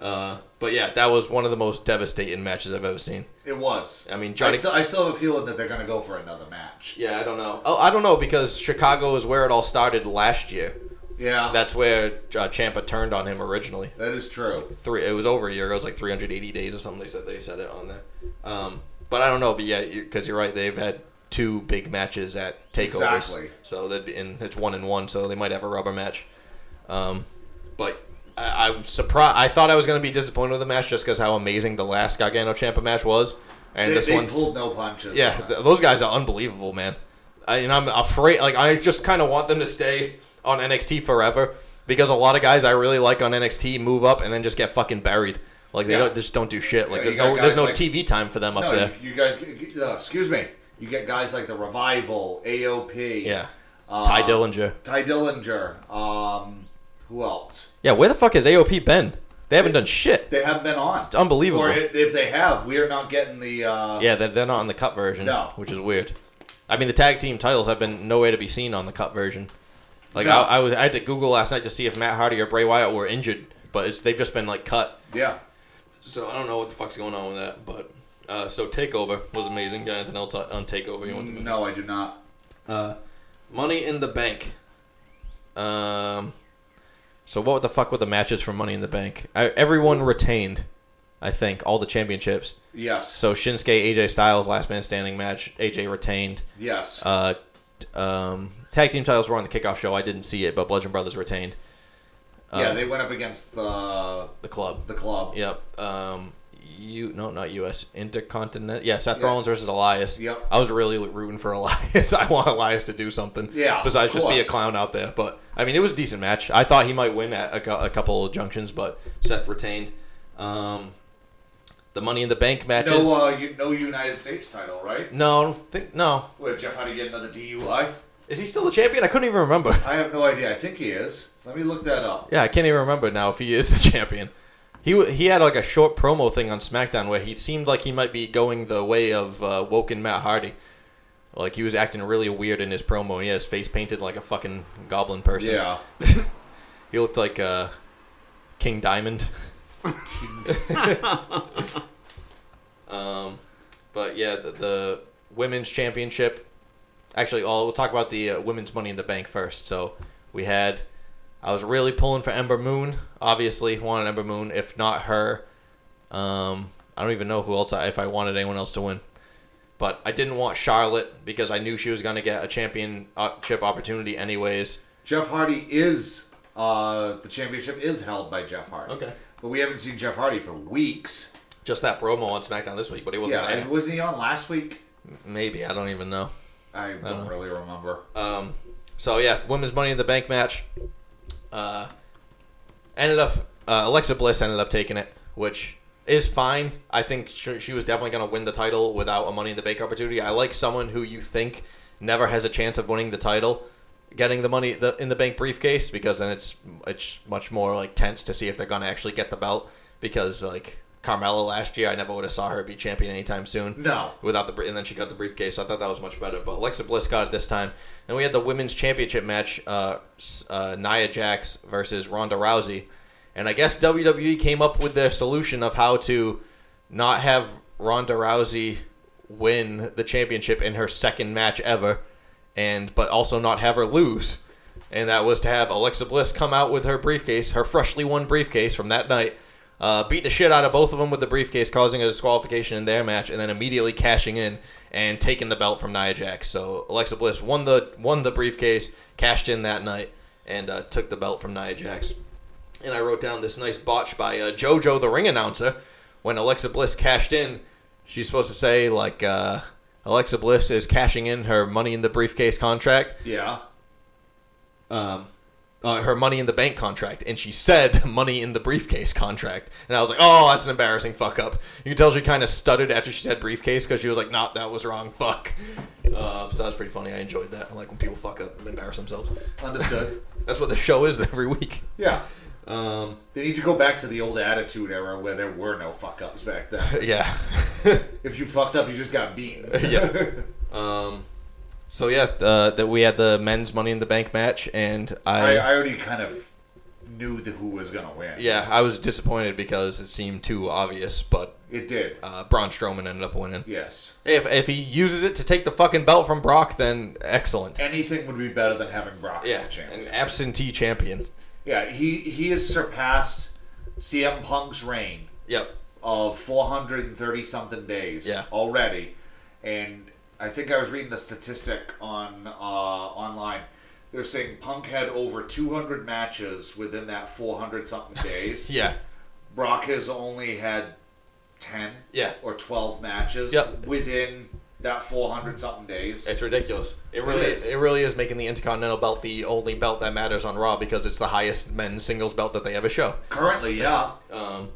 S1: Uh, but yeah, that was one of the most devastating matches I've ever seen.
S2: It was.
S1: I mean, Johnny-
S2: I, still- I still have a feeling that they're gonna go for another match.
S1: Yeah, I don't know. Oh, I don't know because Chicago is where it all started last year.
S2: Yeah,
S1: That's where uh, Champa turned on him originally.
S2: that is true.
S1: Three, it was over a year ago. It was like 380 days or something. They said they said it on there. Um, but I don't know. But yeah, because you, are right. They've had two big matches at takeovers.
S2: Exactly.
S1: So that'd be and it's one and one. So they might have a rubber match. Um, but I, I'm surprised. I thought I was going to be disappointed with the match just because how amazing the last Gargano Champa match was. And
S2: they,
S1: this
S2: they
S1: one,
S2: pulled no punches.
S1: yeah,
S2: on
S1: th-
S2: that.
S1: those guys are unbelievable, man. I, and I'm afraid, like, I just kind of want them to stay on NXT forever because a lot of guys I really like on NXT move up and then just get fucking buried. Like they
S2: Yeah.
S1: don't just don't do shit. Like
S2: Yeah,
S1: there's
S2: you got
S1: no there's
S2: guys
S1: no
S2: like-
S1: TV time for them up
S2: no,
S1: there.
S2: you, you guys. get- Uh, excuse me. You get guys like the Revival, AOP.
S1: Yeah,
S2: uh,
S1: Ty Dillinger.
S2: Ty Dillinger. Um, who else?
S1: Yeah, where the fuck has AOP been? They haven't done shit.
S2: They haven't been on.
S1: It's unbelievable.
S2: Or i- if they have, we are not getting the. Uh,
S1: yeah, they're, they're not on the cut version,
S2: No.
S1: which is weird. I mean, the tag team titles have been nowhere to be seen on the cut version. Like
S2: No.
S1: I, I was, I had to Google last night to see if Matt Hardy or Bray Wyatt were injured, but it's, they've just been like cut.
S2: yeah.
S1: So I don't know what the fuck's going on with that, but uh, so Takeover was amazing. Got anything else on on Takeover you want to?
S2: Mm, No, I do not.
S1: Uh, Money in the Bank. Um, so what the fuck were the matches for Money in the Bank? I, everyone retained, I think, all the championships.
S2: Yes.
S1: So Shinsuke AJ Styles last man standing match. AJ retained.
S2: Yes.
S1: Uh, t- um, tag team titles were on the kickoff show. I didn't see it, but Bludgeon Brothers retained
S2: yeah,
S1: uh,
S2: they went up against the
S1: the club.
S2: the club.
S1: Yep. Um, you no, not U.S. Intercontinental. Yeah, Seth
S2: Yeah.
S1: Rollins versus Elias.
S2: Yep.
S1: I was really rooting for <laughs> Elias. I want Elias to do something.
S2: Yeah, of
S1: Besides just be a
S2: course.
S1: clown out there, but I mean, it was a decent match. I thought he might win at a, cou- a couple of junctions, but Seth retained. Um, the Money in the Bank matches.
S2: No, uh, you, no United States title, right?
S1: no, I don't think no.
S2: Wait, Jeff, how do you get another DUI?
S1: Is he still the champion? I couldn't even remember. <laughs>
S2: I have no idea. I think he is. Let me look that up.
S1: Yeah, I can't even remember now if he is the <laughs> champion. He w- he had like a short promo thing on SmackDown where he seemed like he might be going the way of uh, Woken Matt Hardy. Like he was acting really weird in his promo. He had his face painted like a fucking goblin person.
S2: Yeah.
S1: He looked like uh, King Diamond. um, but yeah, the, the women's championship. Actually, all we'll talk about the uh, women's Money in the Bank first. So we had, I was really pulling for Ember Moon. Obviously, wanted Ember Moon. If not her, um, I don't even know who else. I, if I wanted anyone else to win, but I didn't want Charlotte because I knew she was gonna get a championship opportunity anyways.
S2: Jeff Hardy is uh, the championship is held by Jeff Hardy.
S1: Okay.
S2: But we haven't seen Jeff Hardy for weeks.
S1: Just that promo on SmackDown this week, but he wasn't
S2: yeah,
S1: there.
S2: and wasn't he on last week?
S1: Maybe I don't even know.
S2: I don't,
S1: know.
S2: really remember.
S1: Um, so yeah, women's Money in the Bank match. Uh, ended up uh, Alexa Bliss ended up taking it, which is fine. I think she, she was definitely going to win the title without a Money in the Bank opportunity. I like someone who you think never has a chance of winning the title, getting the money the, in the bank briefcase because then it's it's much more like tense to see if they're going to actually get the belt because like. Carmella last year, I never would have saw her be champion anytime soon
S2: No.
S1: without the br- and then she got the briefcase. So I thought that was much better. But Alexa Bliss got it this time. And we had the women's championship match: uh, s- uh, Nia Jax versus Ronda Rousey. And I guess WWE came up with their solution of how to not have Ronda Rousey win the championship in her second match ever, and but also not have her lose. And that was to have Alexa Bliss come out with her briefcase, her freshly won briefcase from that night, uh, beat the shit out of both of them with the briefcase, causing a disqualification in their match, and then immediately cashing in and taking the belt from Nia Jax. So Alexa Bliss won the won the briefcase, cashed in that night, and uh, took the belt from Nia Jax. And I wrote down this nice botch by uh, JoJo, the ring announcer. When Alexa Bliss cashed in, she's supposed to say like uh, Alexa Bliss is cashing in her money in the briefcase contract
S2: Yeah.
S1: um, uh, her money in the bank contract, and she said <laughs> money in the briefcase contract, and I was like, oh, that's an embarrassing fuck up. You can tell she kind of stuttered after she said briefcase because she was like, nah, that was wrong, fuck. Uh, so that was pretty funny. I enjoyed that. I like when people fuck up and embarrass themselves.
S2: Understood. <laughs>
S1: That's what the show is <laughs> every week.
S2: yeah.
S1: Um,
S2: They need to go back to the old attitude era where there were no fuck ups back then.
S1: <laughs> yeah,
S2: If you fucked up, you just got beaten.
S1: <laughs> yeah. Um, so yeah, uh, that we had the men's money in the bank match, and
S2: <laughs> I, I already kind of knew the, who was going to win.
S1: yeah, I was disappointed because it seemed too obvious, but
S2: It did.
S1: uh, Braun Strowman ended up winning.
S2: Yes.
S1: If, if he uses it to take the fucking belt from Brock, then excellent.
S2: Anything would be better than having Brock as
S1: Yeah,
S2: the champion.
S1: an absentee champion.
S2: Yeah, he he has surpassed CM Punk's reign
S1: Yep.
S2: of 430 something days
S1: Yeah.
S2: already, and I think I was reading a statistic on uh, online. They're saying Punk had over
S1: <laughs>
S2: 200 matches within that 400 something days.
S1: Yeah.
S2: Brock has only had ten
S1: Yeah.
S2: or twelve matches
S1: Yep.
S2: within that four hundred something days.
S1: It's ridiculous. It really,
S2: is.
S1: it really is making the Intercontinental belt the only belt that matters on Raw because it's the highest men's singles belt that they ever show.
S2: Currently, yeah.
S1: Um,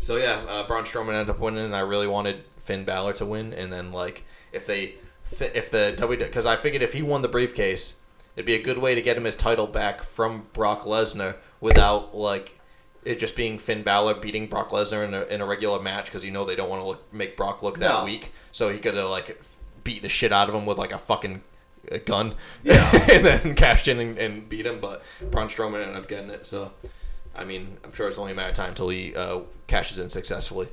S1: so yeah, uh, Braun Strowman ended up winning, and I really wanted Finn Balor to win. And then like if they, if the WWE, because I figured if he won the briefcase, it'd be a good way to get him his title back from Brock Lesnar without like it just being Finn Balor beating Brock Lesnar in a, in a regular match because you know they don't want to look make Brock look that
S2: No.
S1: weak. So he could have like beat the shit out of him with like a fucking uh, gun,
S2: Yeah.
S1: <laughs> and then cashed in and, and beat him. But Braun Strowman ended up getting it. So. I mean, I'm sure it's only a matter of time till he uh, cashes in successfully.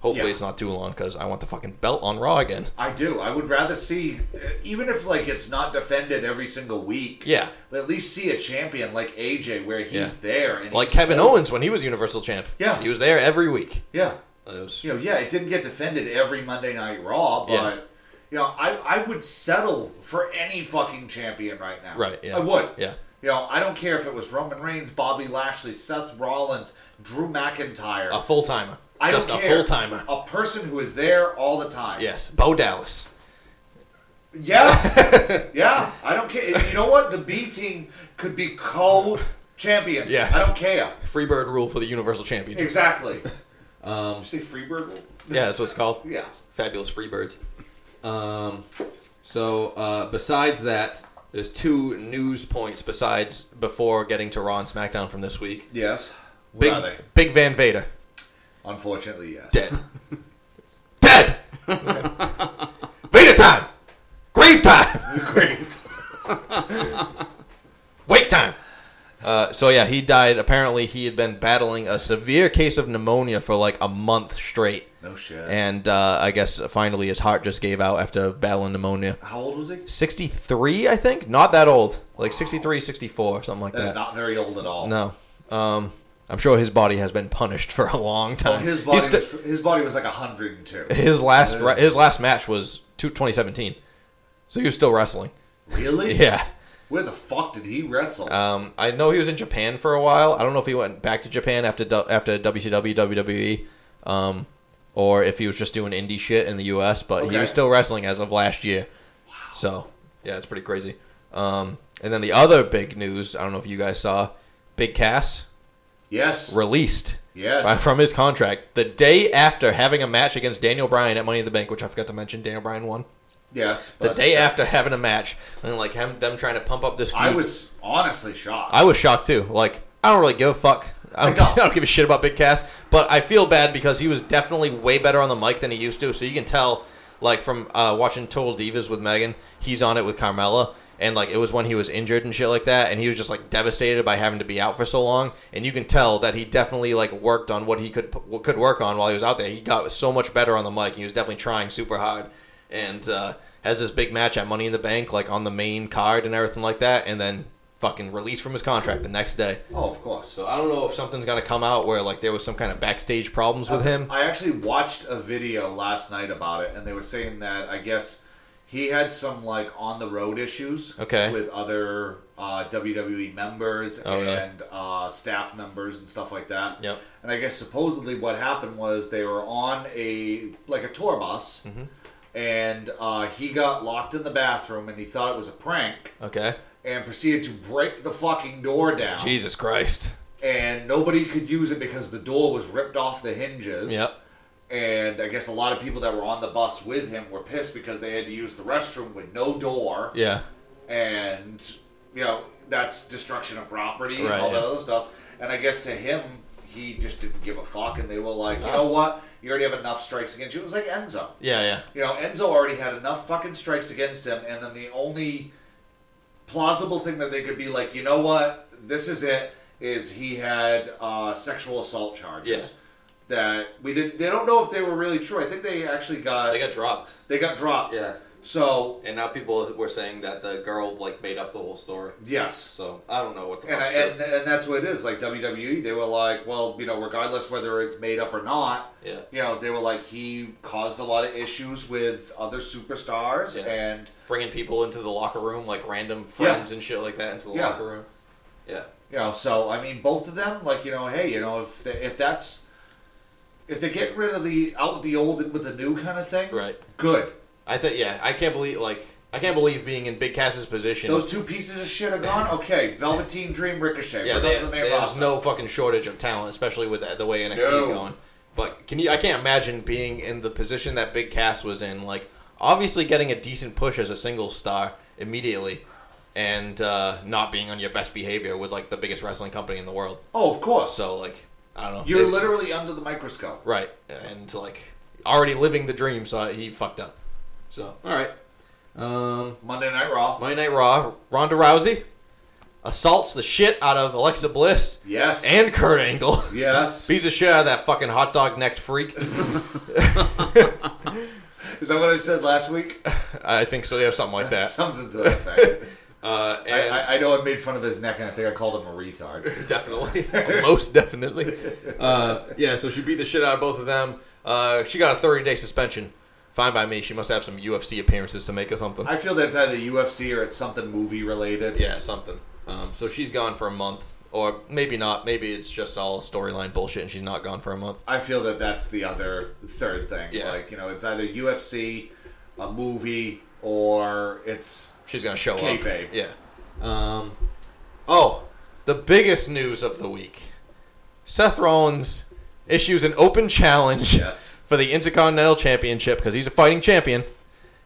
S1: Hopefully,
S2: Yeah.
S1: it's not too long because I want the fucking belt on Raw again.
S2: I do. I would rather see, uh, even if like it's not defended every single week.
S1: Yeah,
S2: But at least see a champion like AJ where he's
S1: Yeah.
S2: there and
S1: like
S2: he's
S1: Kevin
S2: open.
S1: Owens when he was Universal Champ.
S2: Yeah.
S1: he was there every week.
S2: Yeah.
S1: It was-
S2: You know, yeah, it didn't get defended every Monday Night Raw, but
S1: Yeah.
S2: you know, I I would settle for any fucking champion right now.
S1: Right, yeah.
S2: I would.
S1: Yeah.
S2: You know, I don't care if it was Roman Reigns, Bobby Lashley, Seth Rollins, Drew McIntyre.
S1: a full timer.
S2: I
S1: Oh, Just
S2: don't
S1: a
S2: care. Uh,
S1: full timer.
S2: A person who is there all the time.
S1: Yes, Bo Dallas.
S2: Yeah.
S1: <laughs>
S2: yeah. I don't care. You know what? The B team could be co champions.
S1: Yes.
S2: I don't care.
S1: Freebird rule for the Universal Championship. <laughs>
S2: Exactly. Um, you say Freebird?
S1: Yeah, that's what it's called.
S2: Yeah.
S1: Fabulous Freebirds. Um, so uh, besides that, there's two news points besides before getting to Raw and SmackDown from this week.
S2: Yes. What
S1: Big,
S2: are they?
S1: Big Van Vader.
S2: Unfortunately, yes.
S1: dead. <laughs> dead! <laughs> Vader time! Grave time!
S2: <laughs>
S1: <laughs>
S2: Great.
S1: Wake time! Uh, so yeah, he died. Apparently, he had been battling a severe case of pneumonia for like a month straight,
S2: No shit.
S1: and uh, I guess finally his heart just gave out after battling pneumonia.
S2: How old was he?
S1: 63, I think, not that old, like 63, 64, something like
S2: That is
S1: that.
S2: not very old at all.
S1: no, um, I'm sure his body has been punished for a long
S2: Well,
S1: time.
S2: Oh, his
S1: He's
S2: body,
S1: sti-
S2: was, his body was
S1: <laughs>
S2: like 102.
S1: His last re- his last match was two- 2017, so he was still wrestling.
S2: really?
S1: Yeah,
S2: Where the fuck did he wrestle?
S1: um, I know he was in Japan for a while. I don't know if he went back to Japan after du- after WCW WWE, um, or if he was just doing indie shit in the US. But he
S2: Okay.
S1: was still wrestling as of last year. Wow. So yeah, it's pretty crazy. Um, and then the other big news, I don't know if you guys saw, Big Cass
S2: yes.
S1: released
S2: yes.
S1: by- from his contract the day after having a match against Daniel Bryan at Money in the Bank, which I forgot to mention. Daniel Bryan won.
S2: yes.
S1: the
S2: but
S1: day after having a match and like him, them trying to pump up this feud.
S2: I was honestly shocked.
S1: I was shocked too. Like I don't really give a fuck. I don't,
S2: I don't.
S1: <laughs> I don't give a shit about Big Cass, but I feel bad because he was definitely way better on the mic than he used to. So you can tell, like from uh, watching Total Divas with Megan, he's on it with Carmella, and like it was when he was injured and shit like that, and he was just like devastated by having to be out for so long. And you can tell that he definitely like worked on what he could what could work on while he was out there. He got so much better on the mic. He was definitely trying super hard, and uh, has this big match at Money in the Bank, like on the main card and everything like that, and then fucking released from his contract the next day.
S2: oh, of course.
S1: So I don't know if something's gonna come out where like there was some kind of backstage problems with him.
S2: I actually watched a video last night about it, and they were saying that I guess he had some like on the road issues
S1: Okay.
S2: with other uh, WWE members
S1: Oh, really?
S2: and uh, staff members and stuff like that.
S1: Yep.
S2: And I guess supposedly what happened was they were on a like a tour bus,
S1: Mm-hmm.
S2: and uh, he got locked in the bathroom, and he thought it was a prank,
S1: Okay.
S2: and proceeded to break the fucking door down
S1: Jesus Christ.
S2: and nobody could use it because the door was ripped off the hinges.
S1: Yep.
S2: And I guess a lot of people that were on the bus with him were pissed because they had to use the restroom with no door.
S1: Yeah.
S2: And, you know, that's destruction of property and
S1: Right,
S2: all that
S1: yeah.
S2: other stuff. And I guess to him, he just didn't give a fuck. And they were like, you know what? You already have enough strikes against you. It was like Enzo.
S1: Yeah. Yeah.
S2: You know, Enzo already had enough fucking strikes against him, and then the only plausible thing that they could be like, you know what, this is it, is he had uh, sexual assault charges.
S1: Yeah.
S2: That we didn't. They don't know if they were really true. I think they actually got
S1: They
S2: they got,
S1: got dropped,
S2: dropped.
S1: Yeah.
S2: So
S1: and now people were saying that the girl like made up the whole story.
S2: yes.
S1: So I don't know what the.
S2: And, I,
S1: fuck's
S2: and and that's what it is. Like WWE, they were like, well, you know, regardless whether it's made up or not,
S1: true. yeah.
S2: you know, they were like he caused a lot of issues with other superstars,
S1: Yeah.
S2: and
S1: Bringing people into the locker room like random friends and shit like that into the
S2: Yeah.
S1: locker room. Yeah.
S2: You know, so I mean, both of them, like you know, hey, you know, if th- if that's If they get rid of the out the old and with the new kind of thing,
S1: Right.
S2: Good.
S1: I think yeah, I can't believe like I can't believe being in Big Cass's position.
S2: Those two pieces of shit are gone. Okay, Velveteen Dream Ricochet.
S1: yeah,
S2: We're
S1: they,
S2: going to the main
S1: there's
S2: roster.
S1: no fucking shortage of talent, especially with the, the way NXT's
S2: No.
S1: going. But can you? I can't imagine being in the position that Big Cass was in. Like obviously getting a decent push as a single star immediately, and uh, not being on your best behavior with like the biggest wrestling company in the world.
S2: Oh, of course.
S1: So like I don't know.
S2: You're
S1: It-
S2: literally under the microscope.
S1: Right, and like already living the dream, so he fucked up. So all right. Um,
S2: Monday Night Raw.
S1: Monday Night Raw, Ronda Rousey assaults the shit out of Alexa Bliss
S2: Yes.
S1: and Kurt Angle. <laughs>
S2: yes.
S1: Beats the shit out of that fucking hot dog necked freak.
S2: Is that what I said last week?
S1: I think so. Yeah, something like <laughs> that.
S2: <laughs> Something to that effect.
S1: Uh,
S2: I,
S1: <laughs> and
S2: I, I know I made fun of his neck, and I think I called him a retard.
S1: <laughs>
S2: <laughs>
S1: definitely, most definitely. Uh, yeah, so she beat the shit out of both of them. Uh, she got a 30 day suspension. Fine by me. She must have some UFC appearances to make or something.
S2: I feel that's either UFC or it's something movie related.
S1: Yeah, something. Um, so she's gone for a month, or maybe not. Maybe it's just all storyline bullshit, and she's not gone for a month.
S2: I feel that that's the other third thing.
S1: Yeah.
S2: Like you know, it's either UFC, a movie, or it's
S1: She's gonna show
S2: Kayfabe.
S1: up. Yeah. Um, oh, the biggest news of the week: Seth Rollins issues an open challenge
S2: yes.
S1: for the Intercontinental Championship because he's a fighting champion,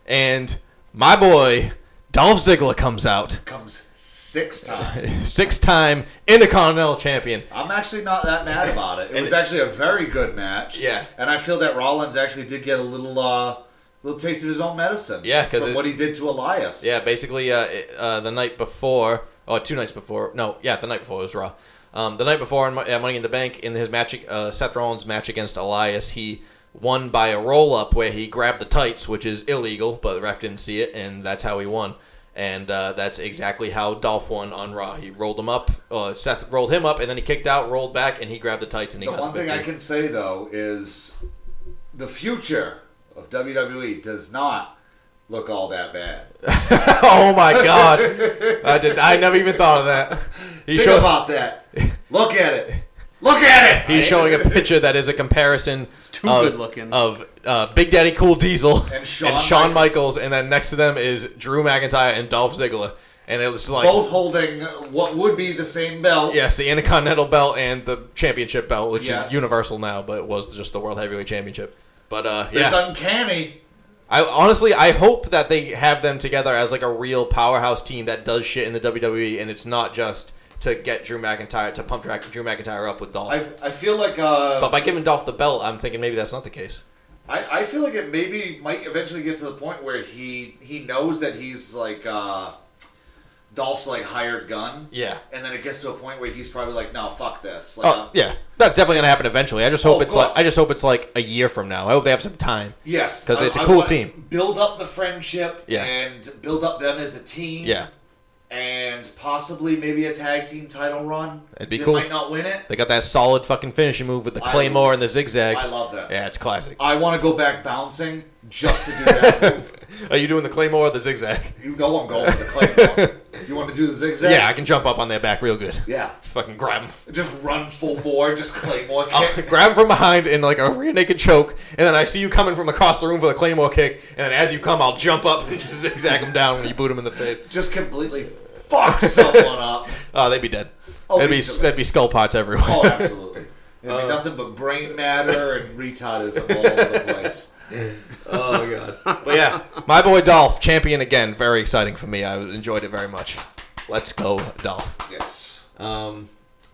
S1: and my boy Dolph Ziggler comes out, <laughs>
S2: Comes six times.
S1: six-time Intercontinental Champion.
S2: I'm actually not that mad about it. It was actually a very good match.
S1: Yeah.
S2: And I feel that Rollins actually did get a little uh little taste of his own medicine.
S1: Yeah, 'cause
S2: from
S1: it-
S2: what he did to Elias.
S1: Yeah, basically, uh, it- uh, the night before, or two nights before, no, yeah, the night before it was Raw. Um, the night before on Mo- at Money in the Bank, in his match, uh, Seth Rollins' match against Elias, he won by a roll up where he grabbed the tights, which is illegal, but the ref didn't see it, and that's how he won. And uh, that's exactly how Dolph won on Raw. He rolled him up, uh, Seth rolled him up, and then he kicked out, rolled back, and he grabbed the tights, and he
S2: The
S1: got
S2: one
S1: the
S2: thing I
S1: victory.
S2: can say though is the future of WWE does not look all that bad.
S1: <laughs> oh my
S2: <laughs>
S1: God! I did. I never even thought of that. He
S2: Think
S1: showed
S2: about that. Look at it. Look at it.
S1: He's showing a picture that is a comparison
S3: too
S1: of,
S3: good looking.
S1: of uh, Big Daddy Cool Diesel
S2: And Shawn
S1: Michaels. and then next to them is Drew McIntyre and Dolph Ziggler, and it was like
S2: <laughs> both holding what would be the same belt.
S1: yes, the Intercontinental belt and the championship belt, which
S2: Yes.
S1: is universal now, but it was just the World Heavyweight Championship. But uh,
S2: It's
S1: yeah,
S2: uncanny.
S1: I honestly I hope that they have them together as like a real powerhouse team that does shit in the WWE, and it's not just to get Drew McIntyre to pump Dra- Drew McIntyre up with Dolph.
S2: I, I feel like uh,
S1: but by giving Dolph the belt, I'm thinking maybe that's not the case.
S2: I, I feel like it maybe might eventually get to the point where he he knows that he's like uh, Dolph's like hired gun.
S1: Yeah.
S2: And then it gets to a point where he's probably like, no, fuck this. Like,
S1: Oh
S2: I'm-
S1: yeah, that's definitely gonna happen eventually. I just hope
S2: Oh, of
S1: it's like
S2: course.
S1: I just hope it's like a year from now. I hope they have some time.
S2: Yes.
S1: 'Cause it's
S2: a
S1: a cool team.
S2: Build up the friendship
S1: Yeah.
S2: and build up them as a team.
S1: Yeah,
S2: And possibly maybe a tag team title run.
S1: That'd be
S2: They
S1: cool.
S2: might not win it.
S1: they got that solid fucking finishing move with the
S2: I-
S1: claymore and the zigzag.
S2: I love that.
S1: Yeah, it's classic.
S2: I want to go back bouncing just to
S1: <laughs>
S2: do that move.
S1: Are you doing the claymore or the zigzag?
S2: You know I'm going for the claymore. you want to do the zigzag?
S1: Yeah, I can jump up on their back real good.
S2: Yeah.
S1: Fucking grab them.
S2: Just run full bore, just claymore
S1: I'll <laughs>
S2: kick.
S1: grab 'em from behind in like a rear naked choke, and then I see you coming from across the room for the claymore kick, and then as you come, I'll jump up and <laughs> just zigzag them down when you boot them in the face.
S2: just completely fuck
S1: <laughs>
S2: someone up.
S1: Oh, they'd be dead.
S2: Oh,
S1: that'd be
S2: easily.
S1: that'd be skull pots everywhere.
S2: Oh, absolutely. It'd
S1: Uh,
S2: be nothing but brain matter and retardism all over the place.
S1: <laughs> Oh god. But yeah, <laughs> my boy Dolph, champion again. Very exciting for me. I enjoyed it very much. Let's go, Dolph.
S2: Yes.
S1: Um,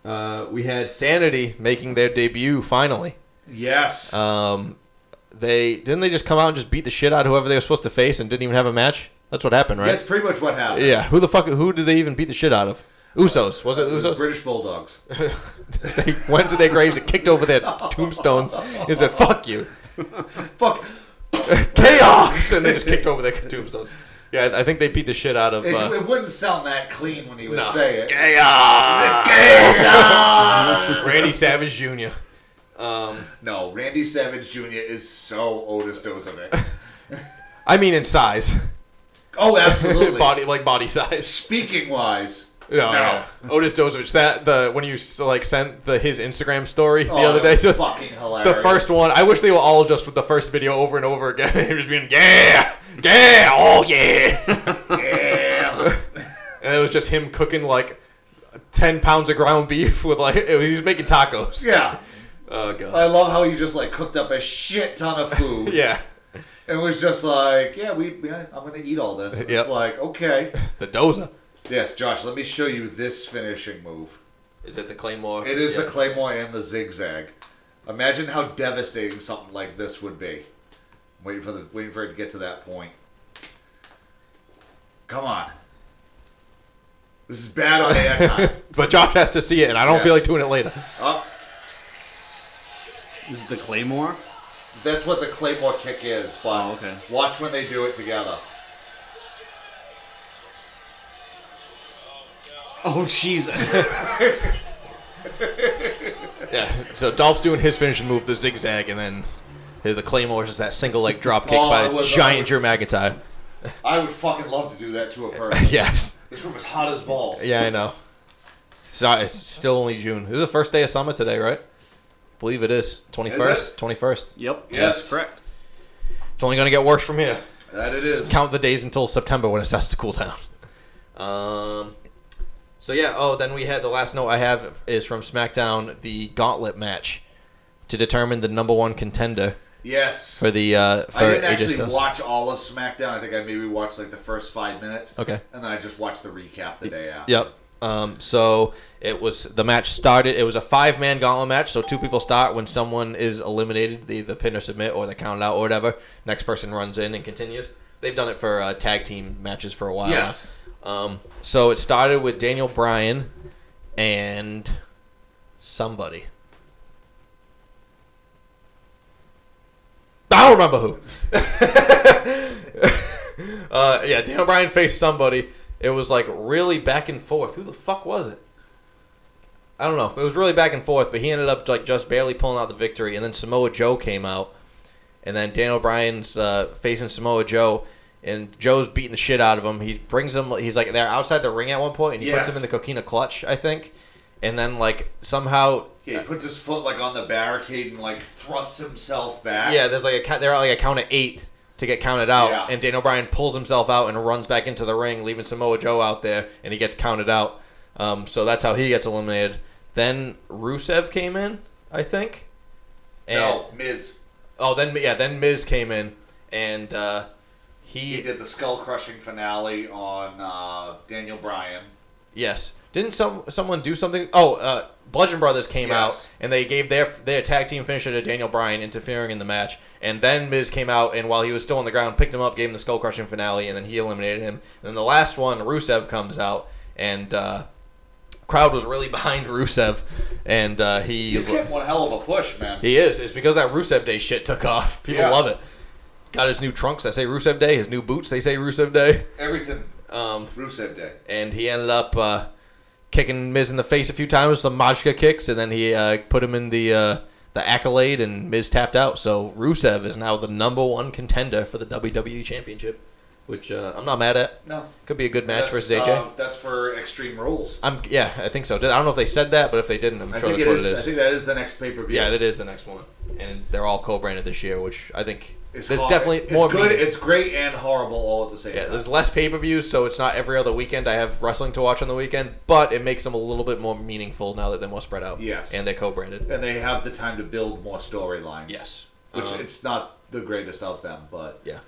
S1: uh, we had Sanity making their debut finally.
S2: Yes.
S1: Um, they didn't they just come out and just beat the shit out of whoever they were supposed to face and didn't even have a match. That's what happened,
S2: That's
S1: right?
S2: pretty much what happened.
S1: Yeah. Who the fuck? Who did they even beat the shit out of? Usos. Was it
S2: The
S1: Usos?
S2: British Bulldogs.
S1: <laughs> they went to their graves and kicked over their tombstones and said, "Fuck <laughs> you."
S2: Fuck.
S1: chaos, and they just kicked <laughs> over their tombstones. Yeah, I- I think they beat the shit out of.
S2: It,
S1: Uh,
S2: it wouldn't sound that clean when he would
S1: no.
S2: say it.
S1: ah. Chaos! <laughs> Randy Savage Jr.
S2: No, Randy Savage Jr. is so Otis
S1: <laughs>
S2: Dozovic.
S1: I mean, in size,
S2: Oh,
S1: <laughs>
S2: absolutely.
S1: body like body size.
S2: Speaking wise,
S1: No,
S2: No.
S1: no. Otis Dozovich. That the when you like sent the his Instagram story the other day.
S2: Oh, that
S1: to-
S2: was fucking hilarious.
S1: the first one. I wish they were all just with the first video over and over again. <laughs> They just being yeah, yeah, oh yeah, <laughs>
S2: Yeah.
S1: and it was just him cooking like ten pounds of ground beef with like <laughs> he was making tacos.
S2: yeah.
S1: Oh god.
S2: I love how he just like cooked up a shit ton of food.
S1: <laughs> Yeah,
S2: And was just like, yeah, we, we I'm gonna eat all this. And
S1: Yep.
S2: It's like, okay.
S1: the doza.
S2: Yes, Josh, let me show you this finishing move.
S1: Is it the claymore?
S2: It is
S1: Yeah.
S2: the claymore and the zigzag. Imagine how devastating something like this would be. I'm waiting for the waiting for it to get to that point. Come on. This is bad on air
S1: <laughs>
S2: time. Oh,
S1: But Josh has to see it, and I don't
S2: Yes.
S1: feel like doing it later.
S2: Up.
S3: This is the Claymore.
S2: That's what the claymore kick is, but
S3: Oh, okay.
S2: watch when they do it together.
S3: Oh Jesus!
S1: Yeah. So Dolph's doing his finishing move, the zigzag, and then the claymore is that single leg drop kick
S2: Oh,
S1: by
S2: I was-
S1: giant
S2: I
S1: Drew McIntyre.
S2: I would fucking love to do that to a person.
S1: <laughs> yes.
S2: This room is hot as balls.
S1: Yeah, I know. So it's still only June. This is the first day of summer today, right? believe it is. 21st.
S2: Is
S1: 21st.
S3: <laughs> yep.
S2: Yes.
S3: Correct.
S1: It's only going to get worse from here.
S2: That it is.
S1: Count the days until September when it starts to cool down. Um, so, yeah. Oh, then we had the last note I have is from SmackDown the gauntlet match to determine the number one contender
S2: Yes.
S1: for the. Uh, for
S2: I didn't
S1: AJ
S2: actually
S1: Styles.
S2: watch all of SmackDown. I think I maybe watched like the first five minutes.
S1: Okay.
S2: And then I just watched the recap the day after.
S1: Yep. Um, so it was the match started. It was a five man gauntlet match. So two people start when someone is eliminated, the the pin or submit or they're counted out or whatever. Next person runs in and continues. They've done it for uh, tag team matches for a while. now.
S2: Yes.
S1: Um, so it started with Daniel Bryan and somebody. I don't remember who. <laughs> uh, yeah, Daniel Bryan faced somebody. It was like really back and forth. Who the fuck was it? I don't know. It was really back and forth, but he ended up like just barely pulling out the victory. And then Samoa Joe came out, and then Daniel Bryan's uh, facing Samoa Joe, and Joe's beating the shit out of him. He brings him. He's like they're outside the ring at one point, and he
S2: Yes.
S1: puts him in the coquina clutch, I think. And then like somehow
S2: Yeah, he puts his foot like on the barricade and like thrusts himself back.
S1: Yeah, there's like a count- they're at like a count of eight to get counted out,
S2: Yeah.
S1: and Daniel Bryan pulls himself out and runs back into the ring, leaving Samoa Joe out there, and he gets counted out. Um, so that's how he gets eliminated. Then Rusev came in, I think. And,
S2: No, Miz.
S1: Oh, then yeah, then Miz came in, and uh, he,
S2: He did the skull crushing finale on uh, Daniel Bryan.
S1: yes. Didn't some someone do something? Oh, uh, Bludgeon Brothers came
S2: Yes.
S1: out and they gave their their tag team finisher to Daniel Bryan, interfering in the match. And then Miz came out and while he was still on the ground, picked him up, gave him the skull crushing finale, and then he eliminated him. And then the last one, Rusev comes out and uh, crowd was really <laughs> behind Rusev, and uh, he
S2: He's getting one hell of a push, man.
S1: he is. It's because that Rusev Day shit took off. People
S2: Yeah.
S1: love it. Got his new trunks that say Rusev Day, his new boots they say Rusev Day.
S2: Everything
S1: Um,
S2: Rusev Day.
S1: and he ended up uh, kicking Miz in the face a few times with some Majka kicks, and then he uh, put him in the uh, the accolade, and Miz tapped out. So Rusev is now the number one contender for the WWE Championship, which uh, I'm not mad at.
S2: No.
S1: Could be a good match
S2: That's,
S1: versus AJ.
S2: uh, that's for Extreme Rules.
S1: I'm yeah, I think so. I don't know if they said that, but if they didn't, I'm
S2: I
S1: sure
S2: think
S1: that's
S2: it
S1: what
S2: is, I
S1: it is.
S2: think that is the next pay per view.
S1: Yeah, that is the next one, and they're all co-branded this year, which I think
S2: It's
S1: there's
S2: hor-
S1: definitely
S2: it's
S1: more.
S2: good.
S1: meaning.
S2: It's great and horrible all at the same
S1: Yeah,
S2: time.
S1: there's less pay per views, so it's not every other weekend I have wrestling to watch on the weekend, but it makes them a little bit more meaningful now that they're more spread out.
S2: Yes.
S1: And they're co branded.
S2: and they have the time to build more storylines.
S1: Yes.
S2: which
S1: Um,
S2: it's not the greatest of them, but
S1: Yeah.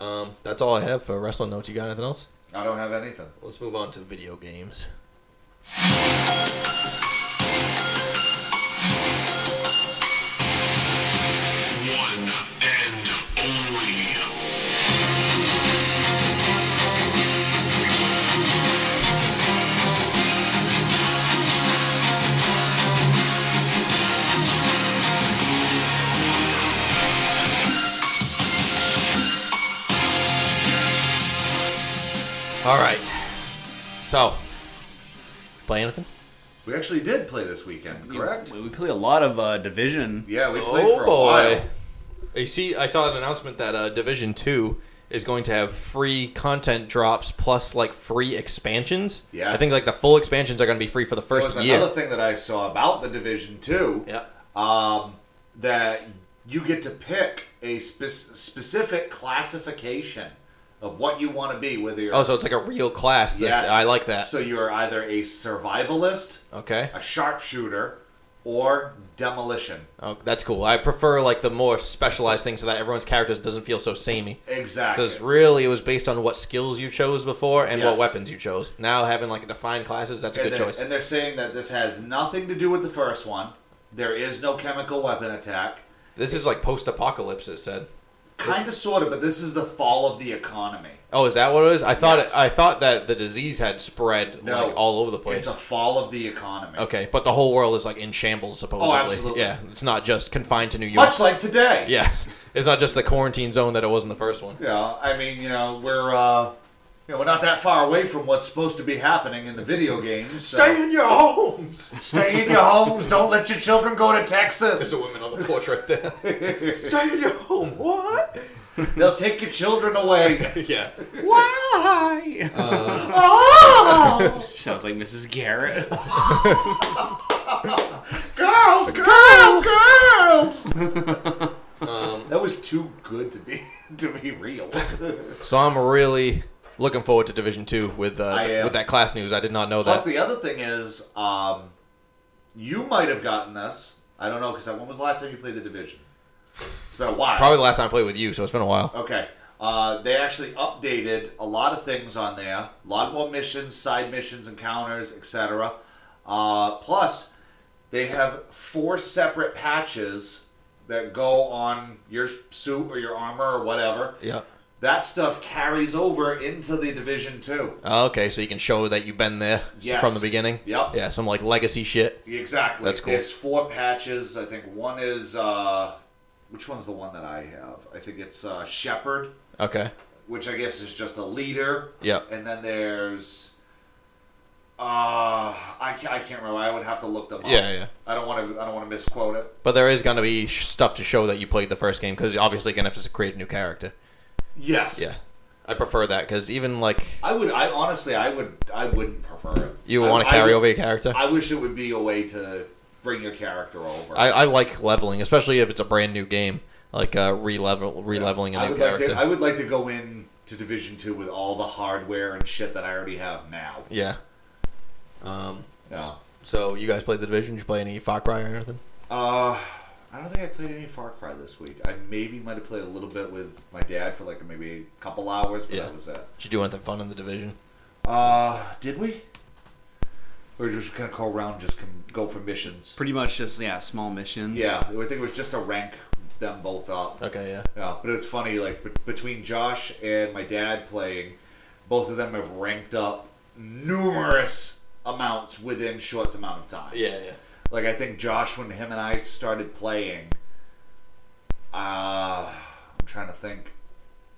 S1: Um, that's all I have for wrestling notes. You got anything else?
S2: I don't have anything.
S1: Let's move on to video games.
S6: One and only.
S1: All right. So, play anything?
S2: We actually did play this weekend, correct?
S3: We, we play a lot of uh, division.
S1: Oh,
S2: yeah, we played for a while.
S1: You see, I saw an announcement that uh, Division 2 is going to have free content drops plus like free expansions.
S2: Yes.
S1: I think like the full expansions are going to be free for the
S2: There
S1: first
S2: was
S1: year.
S2: another thing that I saw about the division too.
S1: Yeah.
S2: Um, that you get to pick a spec- specific classification of what you want to be, whether you're
S1: Oh, so it's like a real class. This,
S2: Yes.
S1: I like that.
S2: So you are either a survivalist,
S1: okay.
S2: a sharpshooter, or demolition.
S1: Oh, that's cool. I prefer like the more specialized thing so that everyone's characters doesn't feel so samey.
S2: Exactly.
S1: Because really, it was based on what skills you chose before and
S2: Yes.
S1: what weapons you chose. Now having like defined classes, that's a
S2: and
S1: good
S2: they're-
S1: choice.
S2: And they're saying that this has nothing to do with the first one. There is no chemical weapon attack.
S1: this is like post-apocalypse. It said.
S2: Kind of, sort of, but this is the fall of the economy.
S1: Oh, is that what it is? I thought
S2: Yes.
S1: it, I thought that the disease had spread
S2: No.
S1: like all over the place.
S2: It's a fall of the economy.
S1: okay, but the whole world is like in shambles supposedly.
S2: absolutely.
S1: Yeah, it's not just confined to New York. <laughs>
S2: Much like today.
S1: yeah, it's not just the quarantine zone that it was in the first one.
S2: You know, I mean, you know, we're uh, you know, we're not that far away from what's supposed to be happening in the video games. so-
S7: in your homes.
S2: <laughs> stay in your homes. Don't let your children go to Texas.
S1: There's a woman on the porch right <laughs> there.
S7: Stay in your home. What?
S2: They'll take your children away.
S1: <laughs> yeah.
S3: Why? Uh,
S2: <laughs> Oh!
S3: <laughs> Sounds like Mrs. Garrett.
S2: girls, girls, girls. that was too good to be <laughs> to be real.
S1: So I'm really looking forward to Division Two with
S2: I
S1: uh,
S2: am.
S1: with that class news. I did not know
S2: Plus,
S1: that.
S2: the other thing is, um, you might have gotten this. I don't know because when was the last time you played the division? It's been a while.
S1: Probably the last time I played with you, so it's been a while.
S2: Okay. Uh, they actually updated a lot of things on there. A lot more missions, side missions, encounters, etc. Uh, plus, they have four separate patches that go on your suit or your armor or whatever.
S1: Yeah.
S2: That stuff carries over into the Division 2.
S1: Oh, okay, so you can show that you've been there s-
S2: Yes.
S1: from the beginning.
S2: Yep.
S1: Yeah, some like legacy shit.
S2: Exactly.
S1: That's cool.
S2: There's four patches. I think one is. Uh, which one's the one that I have? I think it's uh, Shepherd.
S1: Okay.
S2: which I guess is just a leader.
S1: Yep.
S2: And then there's, uh, I can't, I can't remember. I would have to look them up.
S1: Yeah, yeah.
S2: I don't want to. I don't want to misquote it.
S1: But there is going to be sh- stuff to show that you played the first game because obviously you're going to have to create a new character.
S2: Yes.
S1: Yeah. I prefer that because even like
S2: I would. I honestly, I would. I wouldn't prefer it.
S1: you
S2: I-
S1: want to
S2: I
S1: carry
S2: would-
S1: over your character. I,
S2: I wish it would be a way to bring your character over.
S1: I, like leveling, especially if it's a brand new game, like uh, re-level, re-leveling
S2: I
S1: a new
S2: would
S1: character.
S2: like to. I would like to go in to Division Two with all the hardware and shit that I already have now.
S1: yeah. Um.
S2: Yeah.
S1: So you guys played the division? Did you play any Far Cry or anything?
S2: Uh, I don't think I played any Far Cry this week. I maybe might have played a little bit with my dad for like maybe a couple hours, but
S1: Yeah.
S2: that was it.
S1: Did you do anything fun in the division?
S2: Uh, did we? Or just kind of go around, just com- go for missions.
S3: Pretty much just yeah, small missions.
S2: Yeah, I think it was just to rank them both up.
S1: Okay. Yeah.
S2: Yeah, but it's funny, like bet between Josh and my dad playing, both of them have ranked up numerous amounts within short amount of time.
S1: Yeah. Yeah.
S2: Like I think Josh, when him and I started playing, uh, I'm trying to think.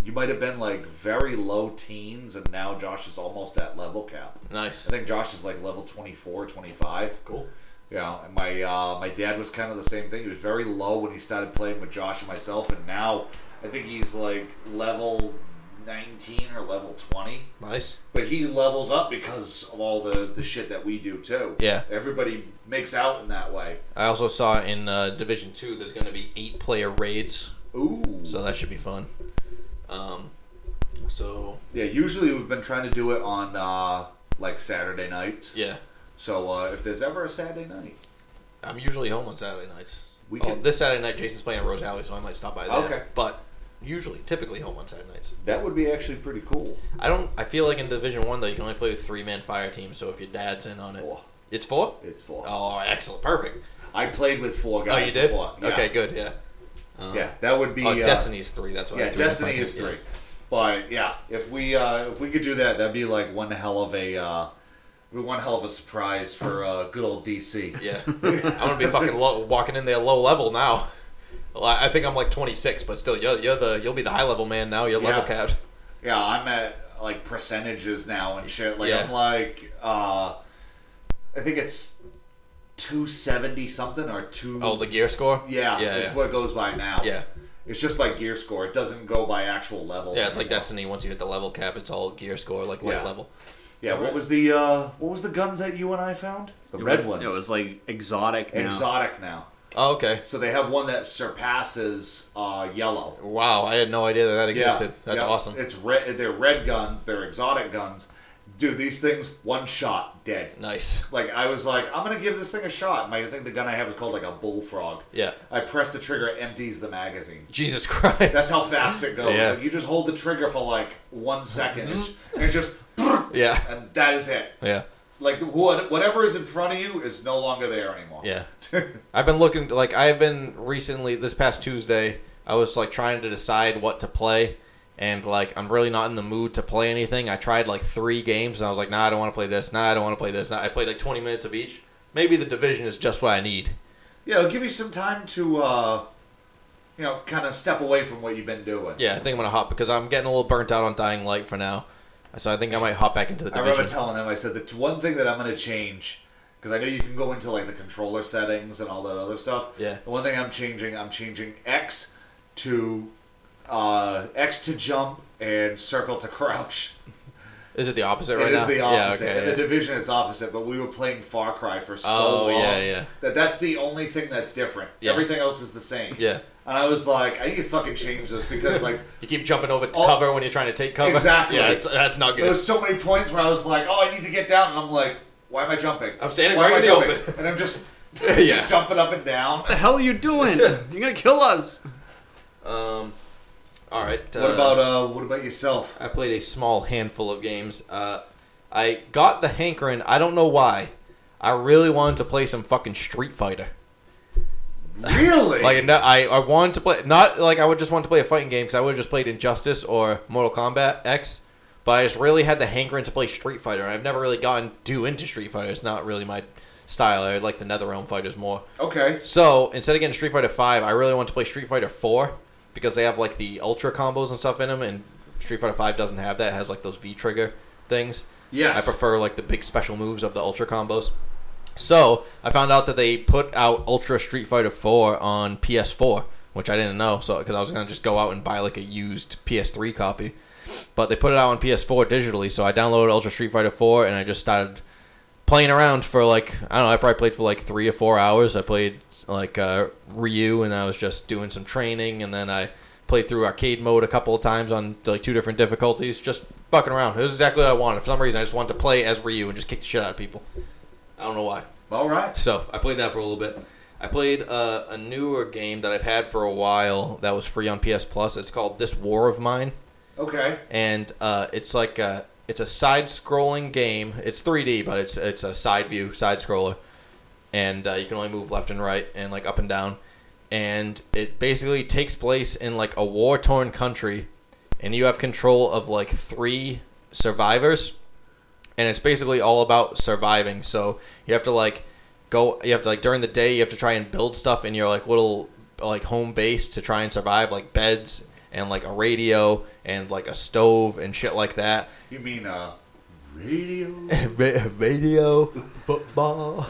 S2: You might have been like very low teens, and now Josh is almost at level cap.
S1: Nice.
S2: I think Josh is like level 24, 25.
S1: Cool.
S2: Yeah, and my uh, my dad was kind of the same thing. He was very low when he started playing with Josh and myself, and now I think he's like level 19 or level 20.
S1: Nice.
S2: But he levels up because of all the, the shit that we do too.
S1: Yeah.
S2: Everybody makes out in that way.
S1: I also saw in uh, Division Two there's going to be eight player raids,
S2: Ooh.
S1: so that should be fun. Um, so
S2: yeah, usually we've been trying to do it on uh, like Saturday nights.
S1: yeah,
S2: So uh, if there's ever a Saturday night,
S1: I'm usually home on Saturday nights.
S2: We
S1: We
S2: can-
S1: this Saturday night Jason's playing at Rose Alley, so I might stop by there.
S2: Okay.
S1: But usually, typically home on Saturday nights.
S2: that would be actually pretty cool.
S1: I don't. I feel like in Division One though, you can only play with three man fire teams. So if your dad's in on it,
S2: Four.
S1: it's four.
S2: It's four.
S1: Oh, excellent, perfect.
S2: I played with four
S1: Oh,
S2: guys
S1: you did.
S2: before. Yeah.
S1: Okay, good. Yeah. Um,
S2: Yeah, that would be
S1: oh,
S2: uh,
S1: Destiny's three. That's why. I
S2: Yeah,
S1: threw it in
S2: Destiny
S1: my
S2: is
S1: team, yeah.
S2: three. But yeah, if we uh, if we could do that, that'd be like one hell of a uh, one hell of a surprise for uh, good old DC. <laughs>
S1: Yeah, I'm gonna be fucking low, walking in there low level now. Well, I I think I'm like 26, but still, you're, you're the you'll be the high level man now. You're level
S2: Yeah.
S1: capped.
S2: Yeah, I'm at like percentages now and shit. Like
S1: Yeah.
S2: I'm like uh I think it's two seventy something or two
S1: Oh, the gear score.
S2: yeah,
S1: yeah,
S2: it's
S1: yeah.
S2: what it goes by now.
S1: Yeah.
S2: It's just by gear score. It doesn't go by actual levels.
S1: Yeah, it's like
S2: anymore.
S1: Destiny. Once you hit the level cap, it's all gear score, like light
S2: Yeah.
S1: level.
S2: Yeah, what was the uh, what was the guns that you and I found? The
S3: It
S2: red
S3: was-
S2: ones.
S3: It was like exotic now.
S2: exotic now.
S1: Oh, okay.
S2: So they have one that surpasses uh, yellow.
S1: Wow, I had no idea that that existed. That's
S2: yeah.
S1: awesome.
S2: It's red. They're red guns. They're exotic guns. Dude, these things one shot dead.
S1: Nice.
S2: Like I was like, I'm gonna give this thing a shot. My I think the gun I have is called like a bullfrog.
S1: Yeah.
S2: I press the trigger, it empties the magazine.
S1: Jesus <laughs> Christ.
S2: That's how fast it goes.
S1: Yeah.
S2: Like you just hold the trigger for like one second, and it just <laughs>
S1: yeah.
S2: and that is it.
S1: Yeah.
S2: Like what, whatever is in front of you is no longer there anymore.
S1: Yeah. <laughs> I've been looking like I've been recently this past Tuesday, I was like trying to decide what to play and like I'm really not in the mood to play anything. I tried like 3 games and I was like, "Nah, I don't want to play this. Nah, I don't want to play this." Nah, I played like 20 minutes of each. Maybe the division is just what I need.
S2: Yeah, it'll give you some time to, uh, you know, kind of step away from what you've been doing.
S1: Yeah, I think I'm going to hop because I'm getting a little burnt out on Dying Light for now. So I think I might hop back into the
S2: I remember
S1: division.
S2: telling them, I said, the one thing that I'm going to change, because I know you can go into, like, the controller settings and all that other stuff.
S1: Yeah.
S2: The one thing I'm changing, I'm changing X to, uh, X to jump and circle to crouch.
S1: is it the opposite
S2: It is
S1: <laughs> right now?
S2: the opposite.
S1: Yeah, okay,
S2: In
S1: yeah.
S2: <laughs> the division, it's opposite, but we were playing Far Cry for so
S1: Oh,
S2: long
S1: yeah, yeah.
S2: that that's the only thing that's different.
S1: Yeah.
S2: Everything else is the same.
S1: Yeah.
S2: And I was like, I need to fucking change this because, like,
S1: You keep jumping over to
S2: All-
S1: cover when you're trying to take cover.
S2: Exactly.
S1: Yeah, that's, that's not
S2: there
S1: good.
S2: was so many points where I was like, oh, I need to get down, and I'm like, why am I jumping?
S1: I'm standing
S2: why
S1: right
S2: am I
S1: in the
S2: jumping?
S1: open.
S2: and
S1: <laughs>
S2: I'm just,
S1: Yeah.
S2: just jumping up and down.
S3: the hell are you
S2: <laughs>
S3: doing? You're gonna kill us.
S1: Um all right.
S2: What about uh, what about yourself?
S1: I played a small handful of games. Uh, I got the hankering. I don't know why. I really wanted to play some fucking Street Fighter.
S2: Really?
S1: Like no, I, I wanted to play not like I would just want to play a fighting game because I would have just played Injustice or Mortal Kombat X, but I just really had the hankering to play Street Fighter. And I've never really gotten too into Street Fighter. It's not really my style. I like the NetherRealm fighters more.
S2: okay.
S1: So instead of getting Street Fighter Five, I really want to play Street Fighter Four because they have like the ultra combos and stuff in them, and Street Fighter Five doesn't have that. It has like those V trigger things.
S2: Yes.
S1: I prefer like the big special moves of the ultra combos. So I found out that they put out Ultra Street Fighter Four on PS4, which I didn't know. So because I was gonna just go out and buy like a used PS3 copy, but they put it out on PS4 digitally. So I downloaded Ultra Street Fighter Four and I just started playing around for like I don't know. I probably played for like three or four hours. I played like uh, Ryu, and I was just doing some training, and then I played through arcade mode a couple of times on like two different difficulties, just fucking around. It was exactly what I wanted. For some reason, I just wanted to play as Ryu and just kick the shit out of people. I don't know why.
S2: All right.
S1: So I played that for a little bit. I played uh, a newer game that I've had for a while that was free on PS Plus. It's called This War of Mine
S2: Okay.
S1: and uh, it's like a, it's a side-scrolling game. It's 3D, but it's it's a side view side scroller, and uh, you can only move left and right and like up and down. And it basically takes place in like a war-torn country, and you have control of like three survivors, and it's basically all about surviving. So you have to like go. You have to like during the day you have to try and build stuff in your like little like home base to try and survive, like beds and like a radio and like a stove and shit like that. <laughs>
S2: You mean uh, radio?
S1: radio, <laughs> football,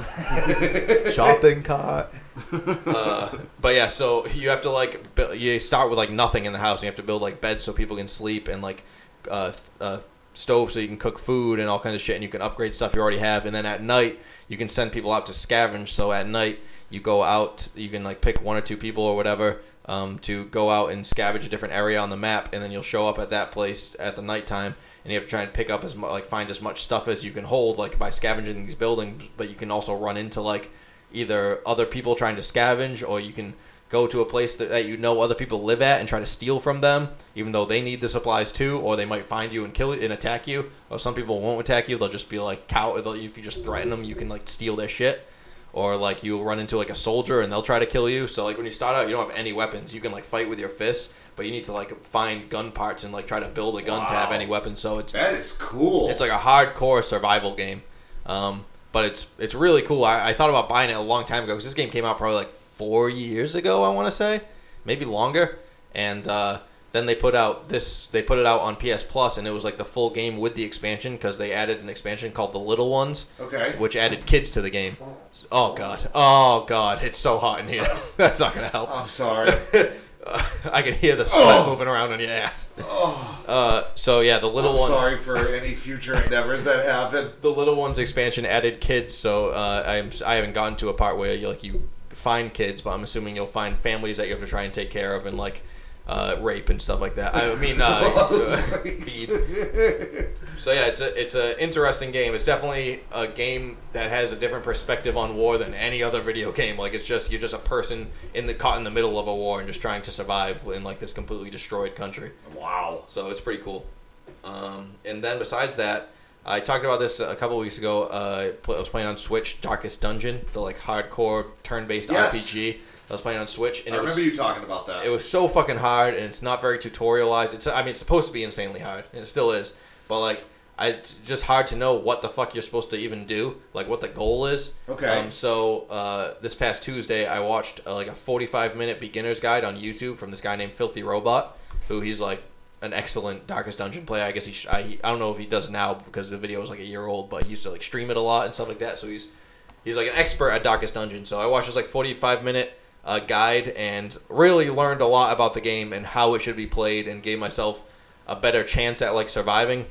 S1: shopping cart. uh, <laughs> but yeah, so you have to like bu- you start with like nothing in the house. You have to build like beds so people can sleep and like uh, th- uh, stove so you can cook food and all kinds of shit. And you can upgrade stuff you already have. And then at night you can send people out to scavenge. So at night you go out. You can like pick one or two people or whatever. Um, to go out and scavenge a different area on the map, and then you'll show up at that place at the nighttime, and you have to try and pick up as mu- like find as much stuff as you can hold, like by scavenging these buildings. But you can also run into like either other people trying to scavenge or you can go to a place that, that you know other people live at and try to steal from them even though they need the supplies too or they might find you and kill you and attack you or some people won't attack you they'll just be like cow they'll- if you just threaten them you can like steal their shit or like you'll run into like a soldier and they'll try to kill you so like when you start out you don't have any weapons you can like fight with your fists but you need to like find gun parts and like try to build a gun to have
S2: Wow.
S1: any weapons so it's
S2: That is cool.
S1: it's like a hardcore survival game, um, but it's it's really cool. I, I thought about buying it a long time ago because this game came out probably like four years ago. I want to say, maybe longer. And uh, then they put out this. They put it out on PS Plus, and it was like the full game with the expansion because they added an expansion called the Little Ones,
S2: Okay.
S1: which added kids to the game. <laughs> Oh god, oh god, it's so hot in here. That's not gonna help. <laughs>
S2: I'm sorry.
S1: I can hear the sweat
S2: Oh.
S1: moving around on your ass. Uh, so yeah, the little
S2: I'm
S1: ones.
S2: sorry for any future endeavors that happen.
S1: The little ones expansion added kids, so uh, I'm I haven't gotten to a part where you like you find kids, but I'm assuming you'll find families that you have to try and take care of and like uh, rape and stuff like that. I mean, uh, <laughs> feed. So yeah, it's a it's an interesting game. It's definitely a game that has a different perspective on war than any other video game. Like it's just you're just a person in the caught in the middle of a war and just trying to survive in like this completely destroyed country.
S2: Wow.
S1: So it's pretty cool. Um, and then besides that, I talked about this a couple weeks ago. Uh, pl- I was playing on Switch Darkest Dungeon, the like hardcore turn-based
S2: Yes.
S1: RPG. I was playing on Switch, and
S2: I
S1: it was
S2: remember you talking about that.
S1: it was so fucking hard, and it's not very tutorialized. It's I mean, it's supposed to be insanely hard, and it still is. But like, I, it's just hard to know what the fuck you're supposed to even do, like what the goal is.
S2: Okay.
S1: Um, so uh, this past Tuesday, I watched uh, like a 45 minute beginner's guide on YouTube from this guy named Filthy Robot, who he's like an excellent Darkest Dungeon player. I guess he, sh- I, he- I don't know if he does now because the video is like a year old, but he used to like stream it a lot and stuff like that. So he's he's like an expert at Darkest Dungeon. So I watched this like 45 minute uh, guide and really learned a lot about the game and how it should be played and gave myself a better chance at like surviving.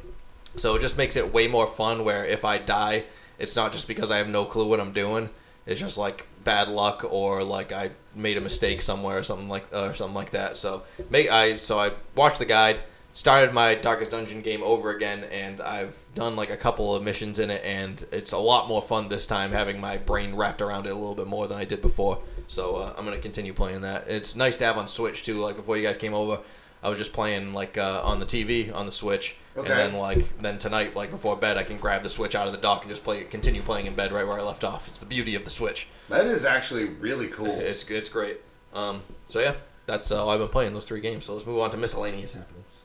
S1: So it just makes it way more fun where if I die, it's not just because I have no clue what I'm doing. It's just like bad luck or like I made a mistake somewhere or something like or something like that. So make I so I watched the guide, started my Darkest Dungeon game over again and I've done like a couple of missions in it and it's a lot more fun this time having my brain wrapped around it a little bit more than I did before. So uh, I'm going to continue playing that. It's nice to have on Switch too like before you guys came over. I was just playing like uh, on the TV on the Switch,
S2: Okay.
S1: and then like then tonight, like before bed, I can grab the Switch out of the dock and just play, continue playing in bed right where I left off. It's the beauty of the Switch.
S2: that is actually really cool.
S1: It's it's great. Um, so yeah, that's uh, all I've been playing those three games. So let's move on to miscellaneous happenings.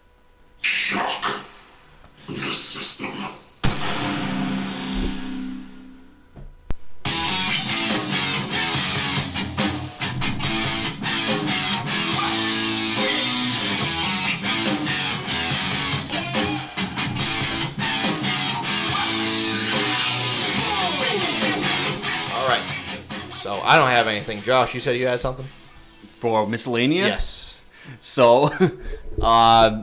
S6: Shock the system.
S1: All right. So I don't have anything. Josh, you said you had something.
S3: For miscellaneous? So, <laughs> uh,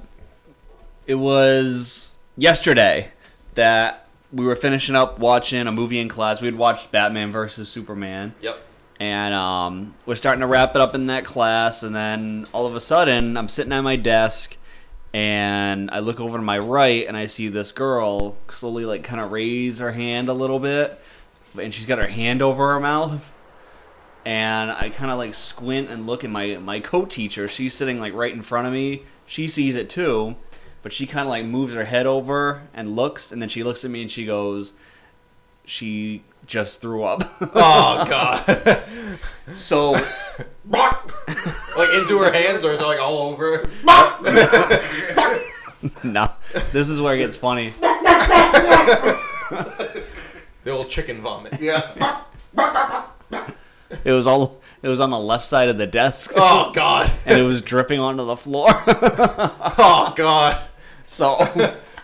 S3: it was yesterday that we were finishing up watching a movie in class. We had watched Batman versus Superman,
S1: Yep.
S3: and um, we're starting to wrap it up in that class. And then all of a sudden, I'm sitting at my desk, and I look over to my right, and I see this girl slowly, like, kind of raise her hand a little bit, and she's got her hand over her mouth and I kind of like squint and look at my my co-teacher. She's sitting like right in front of me. She sees it too, but she kind of like moves her head over and looks, and then she looks at me and she goes, "She just threw up." <laughs>
S1: <laughs> Oh god.
S3: so
S1: like into her hands or is it like all over?
S3: no, this is where it gets funny.
S1: The old chicken vomit. <laughs>
S2: yeah.
S3: It was all it was on the left side of the desk,
S1: Oh god.
S3: and it was dripping onto the floor.
S1: <laughs>
S3: <laughs>
S1: Oh god.
S3: so.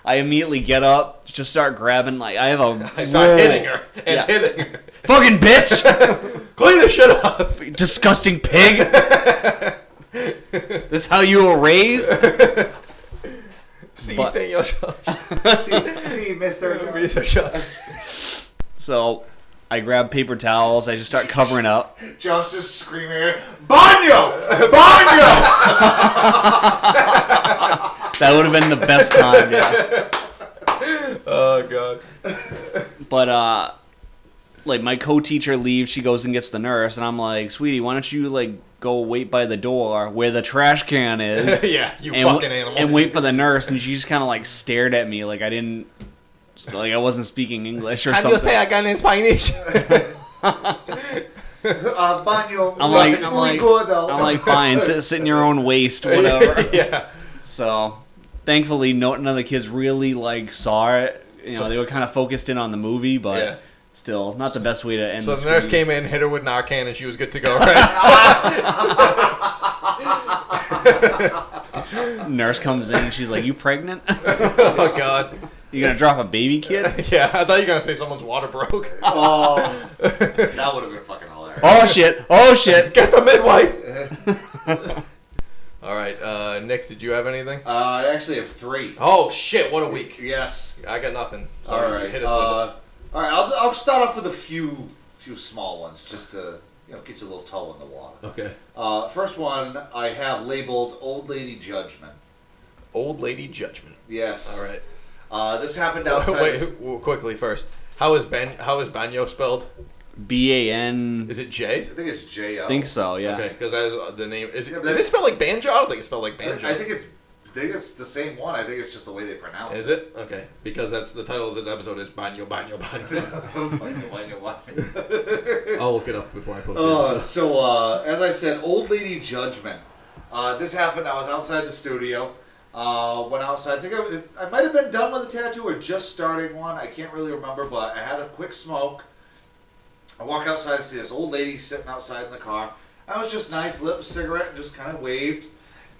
S3: I immediately get up, just start grabbing. Like I have a
S1: <laughs> I started hitting her and
S3: Yeah.
S1: hitting her.
S3: fucking bitch, <laughs>
S1: Clean the shit up. <laughs>
S3: disgusting pig. this how you were raised?
S1: See,
S3: But-
S1: Senor Josh.
S2: see, see, Mister.
S1: Senor Josh.
S3: So I grab paper towels. I just start covering up.
S2: Josh just screaming, Banyo! Banyo!
S3: That would have been the best time. Yeah.
S1: <laughs> Oh god.
S3: But uh, like my co-teacher leaves. She goes and gets the nurse, and I'm like, "Sweetie, why don't you like go wait by the door where the trash can is?"
S1: <laughs> yeah, <laughs> you
S3: And,
S1: fucking
S3: w-
S1: animal.
S3: and wait for the nurse, and she just kind of like stared at me, like I didn't, like I wasn't speaking English or something.
S1: I got in Spanish.
S2: Uh, banyo.
S3: I'm
S2: muy-
S3: like, I'm
S2: muy
S3: like,
S2: gordo.
S3: I'm like, fine, sit, sit in your own waist,
S1: <laughs>
S3: whatever.
S1: <laughs> yeah.
S3: So, thankfully, no, none of the kids really like saw it. You know,
S1: So-
S3: they were kind of focused in on the movie, but
S1: Yeah.
S3: still, not the best way to end.
S1: So
S3: this
S1: the nurse
S3: movie.
S1: came in, hit her with Narcan, and she was good to go, right? <laughs>
S3: Nurse comes in, she's like, "You pregnant? <laughs>
S1: oh, God. <laughs>
S3: you gonna drop a baby kid?"
S1: Yeah, I thought you were going to say someone's water broke.
S2: oh,
S1: Oh.
S2: that would have been fucking hilarious.
S3: oh shit! Oh
S1: <laughs>
S3: shit!
S1: Get the midwife! Uh, Nick, did you have anything?
S2: Uh, I actually have three.
S1: Oh shit! What a week.
S2: Yes.
S1: I got nothing. Sorry,
S2: All right.
S1: hit us with
S2: uh, all right. I'll, I'll start off with a few few small ones just to you know get your little toe in the water.
S1: it. Okay.
S2: Uh, first one I have labeled "Old Lady Judgment."
S1: Old lady judgment.
S2: Yes.
S1: All <laughs> right.
S2: Uh, this happened outside.
S1: Wait, w- quickly first. How is Ben? How is Banyo spelled?
S3: B A N.
S1: Is it J?
S2: I think it's J.O.
S3: Think so, yeah.
S1: Okay, because that is uh, the name. Is,
S2: Yeah,
S1: is it
S2: but that's-
S1: spelled like banjo? I don't think it's spelled like
S2: I think-
S1: banjo.
S2: I think it's I think it's the same one. I think it's just the way they pronounce
S1: Is it? Okay. Because that's the title of this episode is Banyo Banyo
S2: <laughs>
S1: Banyo. I'll look it up before I post
S2: Uh,
S1: it. so-
S2: so, uh, as I said, Old Lady Judgment. Uh, this happened. I was outside the studio. Uh, went outside. I think I, was- I might have been done with a tattoo or just starting one. I can't really remember, but I had a quick smoke. I walk outside and see this old lady sitting outside in the car. I was just nice, lit a cigarette, and just kind of waved.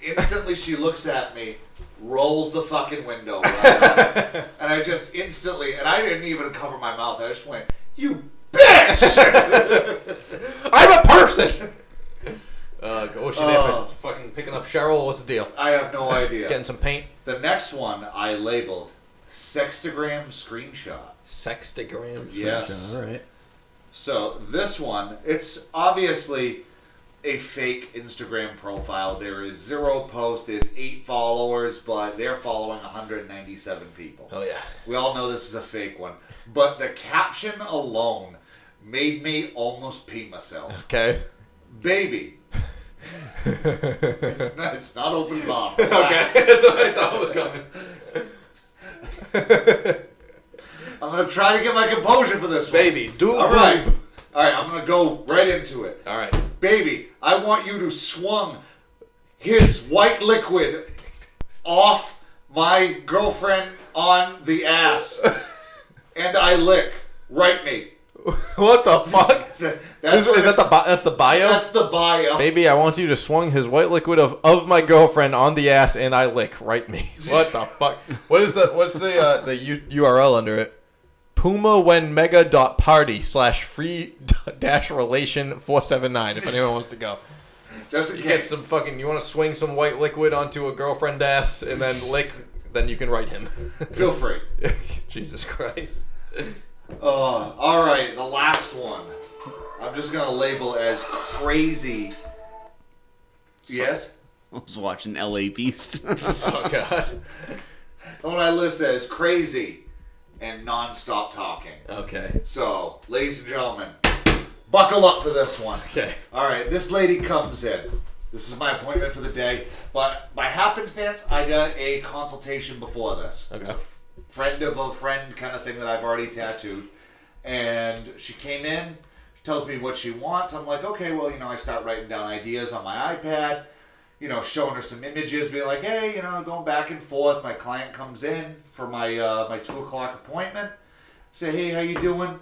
S2: Instantly, she looks at me, rolls the fucking window right up, and I just instantly, and I didn't even cover my mouth. I just went, "You bitch!" <laughs>
S1: I'm a person! <laughs> uh, go- oh, shit,
S2: Oh.
S1: if it's fucking picking up Cheryl. What's the deal?
S2: I have no idea.
S1: Getting some paint?
S2: The next one I labeled Sextagram Screenshot.
S1: Sextagrams?
S2: Yes.
S1: Alright.
S2: So this one, it's obviously a fake Instagram profile. There is zero posts, there's eight followers, but they're following 197 people.
S1: Oh, yeah.
S2: We all know this is a fake one. But the caption alone made me almost pee myself.
S1: Okay.
S2: Baby. it's, not, it's not open
S1: <laughs>
S2: bomb.
S1: Okay, that's what I thought was coming.
S2: I'm gonna try to get my composure for this one.
S1: Baby, do
S2: All right. All right, I'm gonna go right into it.
S1: Alright.
S2: Baby, I want you to swung his white liquid off my girlfriend on
S1: <laughs>
S2: the ass. And I lick. Write me.
S1: <laughs> What the fuck? <laughs> Is,
S2: That's
S1: is that the
S2: bio?
S1: bi- that's the bio?
S2: That's the bio.
S1: Baby, I want you to swung his white liquid of, of my girlfriend on the ass and I lick. Write me. <laughs> What the fuck? What is the what's the uh, the U- URL under it? Puma when mega dot party slash free <laughs> dash relation four seven nine. If anyone wants to go,
S2: Just in
S1: you get
S2: case.
S1: some fucking. You want to swing some white liquid onto a girlfriend ass and
S2: <laughs>
S1: then lick. Then you can write him. <laughs>
S2: Feel free.
S1: Jesus Christ.
S2: Oh, all right, the last one. I'm just gonna label as crazy. Yes.
S3: I was watching LA Beast. <laughs>
S1: Oh God.
S2: The one I list as crazy and non-stop talking.
S1: Okay.
S2: So, ladies and gentlemen, buckle up for this one.
S1: Okay.
S2: All right, this lady comes in. This is my appointment for the day, but by happenstance, I got a consultation before this. It was a
S1: Okay.
S2: f- friend of a friend kind of thing that I've already tattooed, and she came in. She tells me what she wants. I'm like, okay, well, you know, I start writing down ideas on my iPad. You know, showing her some images, being like, hey, you know, going back and forth. My client comes in for my uh, my two o'clock appointment say, "Hey, how you doing?"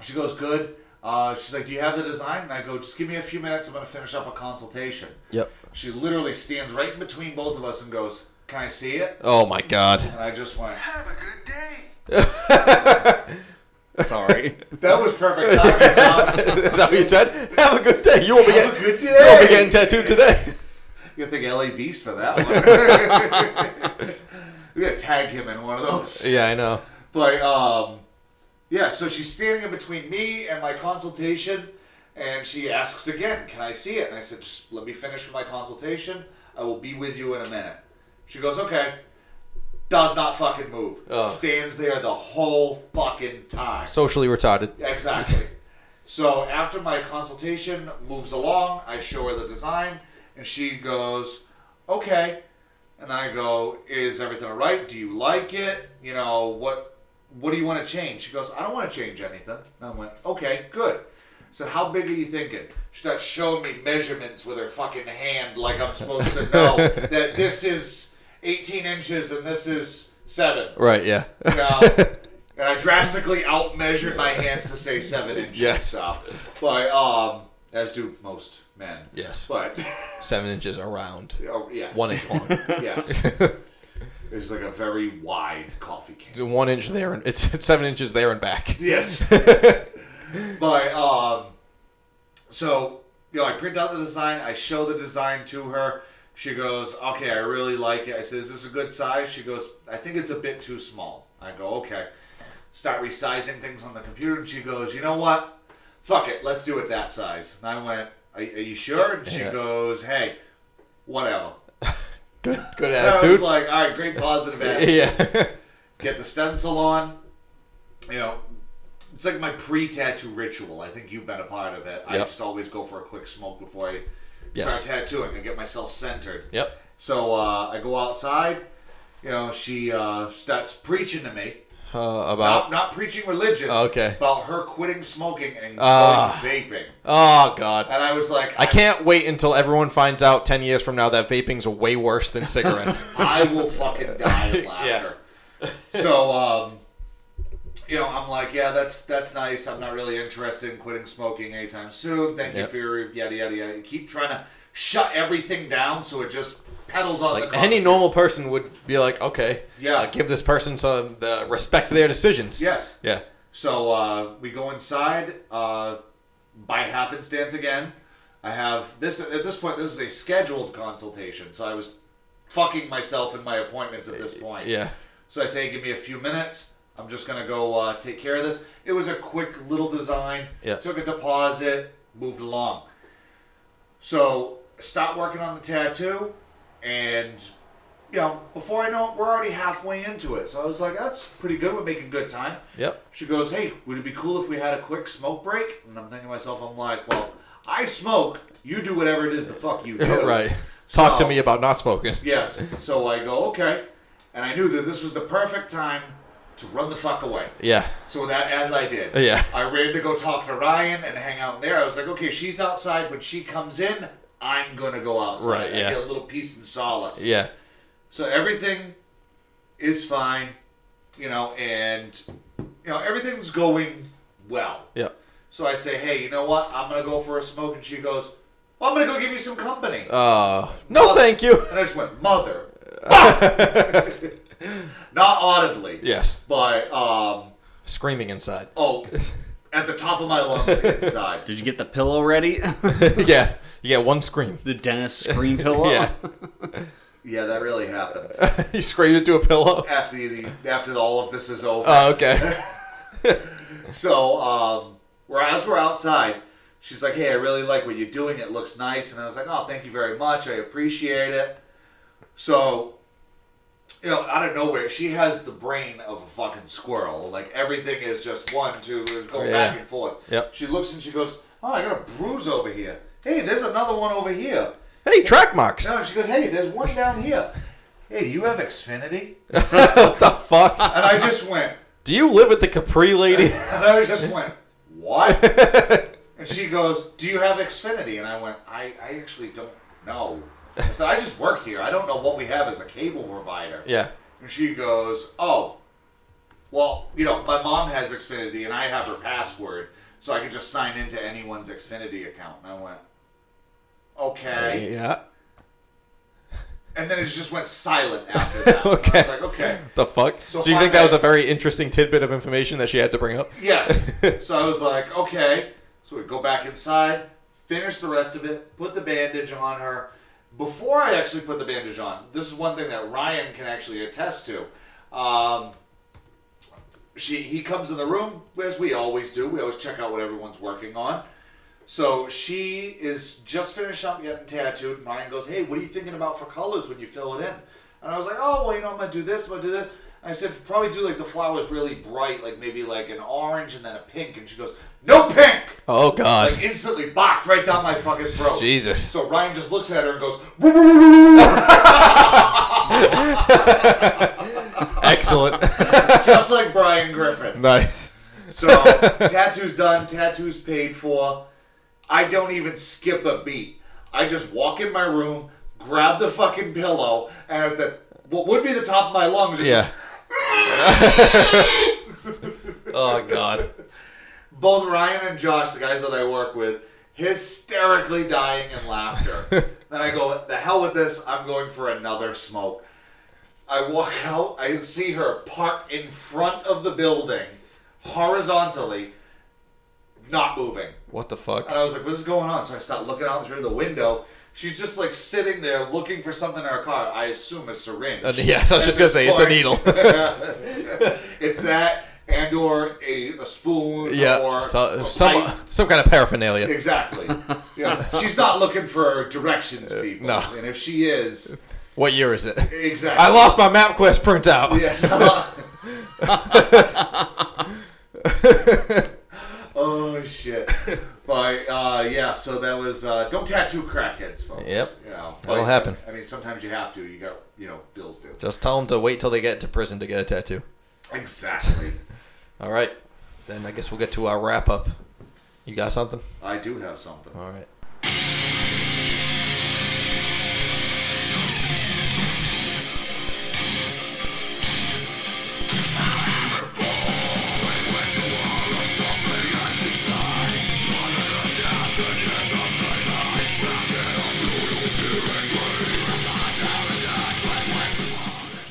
S2: She goes, "Good." Uh, she's like, "Do you have the design?" And I go, "Just give me a few minutes. I'm gonna finish up a consultation."
S1: Yep.
S2: She literally stands right in between both of us and goes, "Can I see it?"
S1: Oh my God. <laughs>
S2: And I just went,
S6: Have a good day.
S3: Sorry.
S2: "That was perfect timing." Tom."
S1: Is that what you said? Have a good day. You won't be
S2: Have
S1: getting
S2: a good
S1: you won't be getting
S2: day.
S1: tattooed today. <laughs>
S2: You think LA Beast for that one? <laughs> we gotta tag him in one of those.
S1: Yeah, I know.
S2: But um, yeah, so she's standing in between me and my consultation, and she asks again, "Can I see it?" And I said, "Just let me finish my consultation. I will be with you in a minute." She goes, "Okay." Does not fucking move.
S1: Ugh.
S2: Stands there the whole fucking time.
S1: Socially retarded.
S2: Exactly. so after my consultation moves along, I show her the design, and she goes, "Okay." And then I go, "Is everything all right? Do you like it? You know what? What do you want to change?" She goes, "I don't want to change anything." And I went, "Okay, good." So how big are you thinking? She starts showing me measurements with her fucking hand, like I'm supposed to know that this is 18 inches and this is seven.
S1: Right, yeah. <laughs>
S2: No. <laughs> and I drastically outmeasured my hands to say seven inches.
S1: Yes.
S2: So, but um, as do most men.
S1: Yes.
S2: But <laughs>
S1: Seven inches around.
S2: oh, yes,
S1: One inch
S2: <laughs>
S1: long. <laughs>
S2: Yes. It's like a very wide coffee can.
S1: One inch there and it's, it's seven inches there and back. <laughs>
S2: Yes. but um, so you know, I print out the design. I show the design to her. She goes, okay, I really like it. I said, is this a good size? She goes, I think it's a bit too small. I go, okay. Start resizing things on the computer, and she goes, you know what? Fuck it, let's do it that size. And I went, are, are you sure? And she
S1: Yeah.
S2: goes, hey, whatever.
S1: Good, good
S2: And I
S1: attitude.
S2: was like, all right, great positive attitude
S1: <laughs>
S2: <laughs>
S1: yeah.
S2: get the stencil on. You know, it's like my pre-tattoo ritual. I think you've been a part of it. I
S1: Yep.
S2: just always go for a quick smoke before I
S1: Yes.
S2: start tattooing and get myself centered.
S1: yep.
S2: So uh, I go outside. You know, she uh, starts preaching to me.
S1: Uh, about.
S2: Not, not preaching religion.
S1: Okay.
S2: About her quitting smoking and
S1: Ah.
S2: going vaping.
S1: Oh God.
S2: And I was like,
S1: I can't wait until everyone finds out ten years from now that vaping's way worse than <laughs> cigarettes.
S2: I will fucking
S1: <laughs>
S2: die of laughter. So, um, you know, I'm like, yeah, that's that's nice. I'm not really interested in quitting smoking anytime soon. Thank you
S1: Yep.
S2: for your yada yada yada. You keep trying to shut everything down so it just pedals on
S1: like
S2: the.
S1: any
S2: conversation.
S1: normal person would be like, okay,
S2: Yeah.
S1: uh, give this person some the respect to their decisions.
S2: Yes.
S1: Yeah.
S2: So uh, we go inside. Uh, by happenstance again, I have this at this point. This is a scheduled consultation, so I was fucking myself in my appointments at this point.
S1: Uh, Yeah.
S2: So I say, give me a few minutes. I'm just gonna go uh, take care of this. It was a quick little design.
S1: Yeah.
S2: Took a deposit, moved along. So stop working on the tattoo, and you know, before I know it, we're already halfway into it. So I was like, that's pretty good. We're making good time.
S1: Yep.
S2: She goes, hey, would it be cool if we had a quick smoke break? And I'm thinking to myself, I'm like, well, I smoke. You do whatever it is the fuck you do.
S1: <laughs> right. Talk
S2: So-
S1: to me about not smoking.
S2: Yes. So I go, okay. And I knew that this was the perfect time to run the fuck away.
S1: Yeah.
S2: So that, as I did,
S1: Yeah.
S2: I ran to go talk to Ryan and hang out there. I was like, okay, she's outside. When she comes in, I'm gonna go outside.
S1: Right,
S2: I
S1: yeah.
S2: get a little peace and solace.
S1: Yeah.
S2: So everything is fine, you know, and you know everything's going well.
S1: Yep.
S2: So I say, hey, you know what? I'm gonna go for a smoke, and she goes, well, I'm gonna go give you some company.
S1: Uh, no, thank you.
S2: And I just went, mother. Not audibly.
S1: Yes.
S2: But, um,
S1: Screaming <laughs> inside.
S2: oh, at the top of my lungs inside.
S3: Did you get the pillow ready? <laughs>
S1: yeah. You get one scream.
S3: the dentist screen pillow?
S1: Yeah.
S2: Yeah, that really happened.
S1: <laughs> you screamed into a <laughs> pillow.
S2: After the after all of this is over.
S1: Oh, okay.
S2: So, um, we're, as we're outside, she's like, hey, I really like what you're doing. It looks nice. And I was like, oh, thank you very much. I appreciate it. So, you know, out of nowhere, she has the brain of a fucking squirrel. Like, everything is just one, two, go back
S1: Yeah.
S2: and forth.
S1: Yep.
S2: She looks and she goes, oh, I got a bruise over here. Hey, there's another one over here.
S1: Hey, track marks.
S2: No, and she goes, hey, there's one down here. Hey, do you have Xfinity? And
S1: What the fuck?
S2: I just went,
S1: Do you live with the Capri lady? <laughs>
S2: And I just went, What? and she goes, Do you have Xfinity? And I went, I, I actually don't know. I said, I just work here. I don't know what we have as a cable provider.
S1: yeah.
S2: And she goes, Oh, well, you know, my mom has Xfinity and I have her password, so I can just sign into anyone's Xfinity account. And I went, Okay.
S1: Yeah.
S2: And then it just went silent after that. okay. I was like, Okay.
S1: The fuck?
S2: So
S1: Do you
S2: fine,
S1: think that
S2: I-
S1: was a very interesting tidbit of information that she had to bring up?
S2: Yes. so I was like, okay. So we go back inside, finish the rest of it, put the bandage on her. Before I actually put the bandage on, this is one thing that Ryan can actually attest to. Um, she he comes in the room as we always do. We always check out what everyone's working on. So she is just finished up getting tattooed. And Ryan goes, "Hey, what are you thinking about for colors when you fill it in?" And I was like, "Oh, well, you know, I'm gonna do this. I'm gonna do this." I said, "Probably do like the flowers really bright, like maybe like an orange and then a pink." And she goes, "No pink!"
S1: Oh, God.
S2: Like <laughs> instantly bocked right down my fucking throat.
S1: Jesus.
S2: So Ryan just looks at her and goes, "Woo-woo-woo-woo-woo,"
S1: Excellent.
S2: <laughs> just like Brian Griffin.
S1: nice.
S2: So tattoos done, tattoos paid for. I don't even skip a beat. I just walk in my room, grab the fucking pillow, and at the what would be the top of my lungs, just <laughs>
S1: Yeah. oh, God.
S2: both Ryan and Josh, the guys that I work with, hysterically dying in laughter. then I go, the hell with this, I'm going for another smoke. I walk out, I see her parked in front of the building, horizontally, not moving.
S1: What the fuck?
S2: And I was like, "What's going on?" So I stopped looking out through the window. She's just like sitting there looking for something in her car. I assume a syringe.
S1: Uh, yes, I was
S2: At
S1: just gonna
S2: this
S1: say, it's a
S2: point-
S1: needle. <laughs>
S2: it's that, and or a, a spoon.
S1: yeah,
S2: or
S1: so, uh,
S2: a
S1: some
S2: pipe.
S1: some kind of paraphernalia.
S2: Exactly.
S1: <laughs>
S2: Yeah, she's not looking for directions, people.
S1: Uh, no.
S2: And if she is,
S1: What year is it?
S2: exactly.
S1: I lost my MapQuest printout. <laughs>
S2: Yes. <laughs> oh Oh, shit! But uh, yeah, so that was uh, don't tattoo crackheads, folks.
S1: Yep.
S2: You know,
S1: That'll
S2: like,
S1: happen.
S2: I mean, sometimes you have to. You got you know bills
S1: <laughs>
S2: due.
S1: Just tell them to wait till they get to prison to get a tattoo.
S2: Exactly.
S1: All right, then I guess we'll get to our wrap up. You got something?
S2: I do have something.
S1: All right.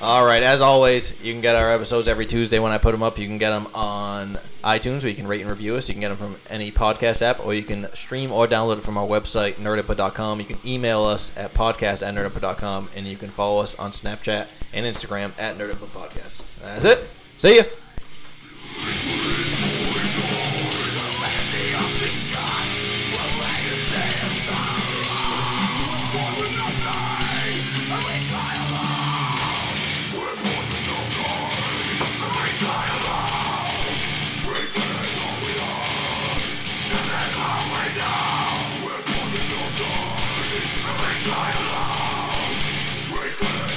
S1: All right, as always, you can get our episodes every Tuesday when I put them up. You can get them on iTunes, where you can rate and review us. You can get them from any podcast app, or you can stream or download it from our website, nerdipa.com. You can email us at podcast at nerdipa.com, and you can follow us on Snapchat and Instagram at nerdipa podcast. That's it. See ya.
S8: Break free.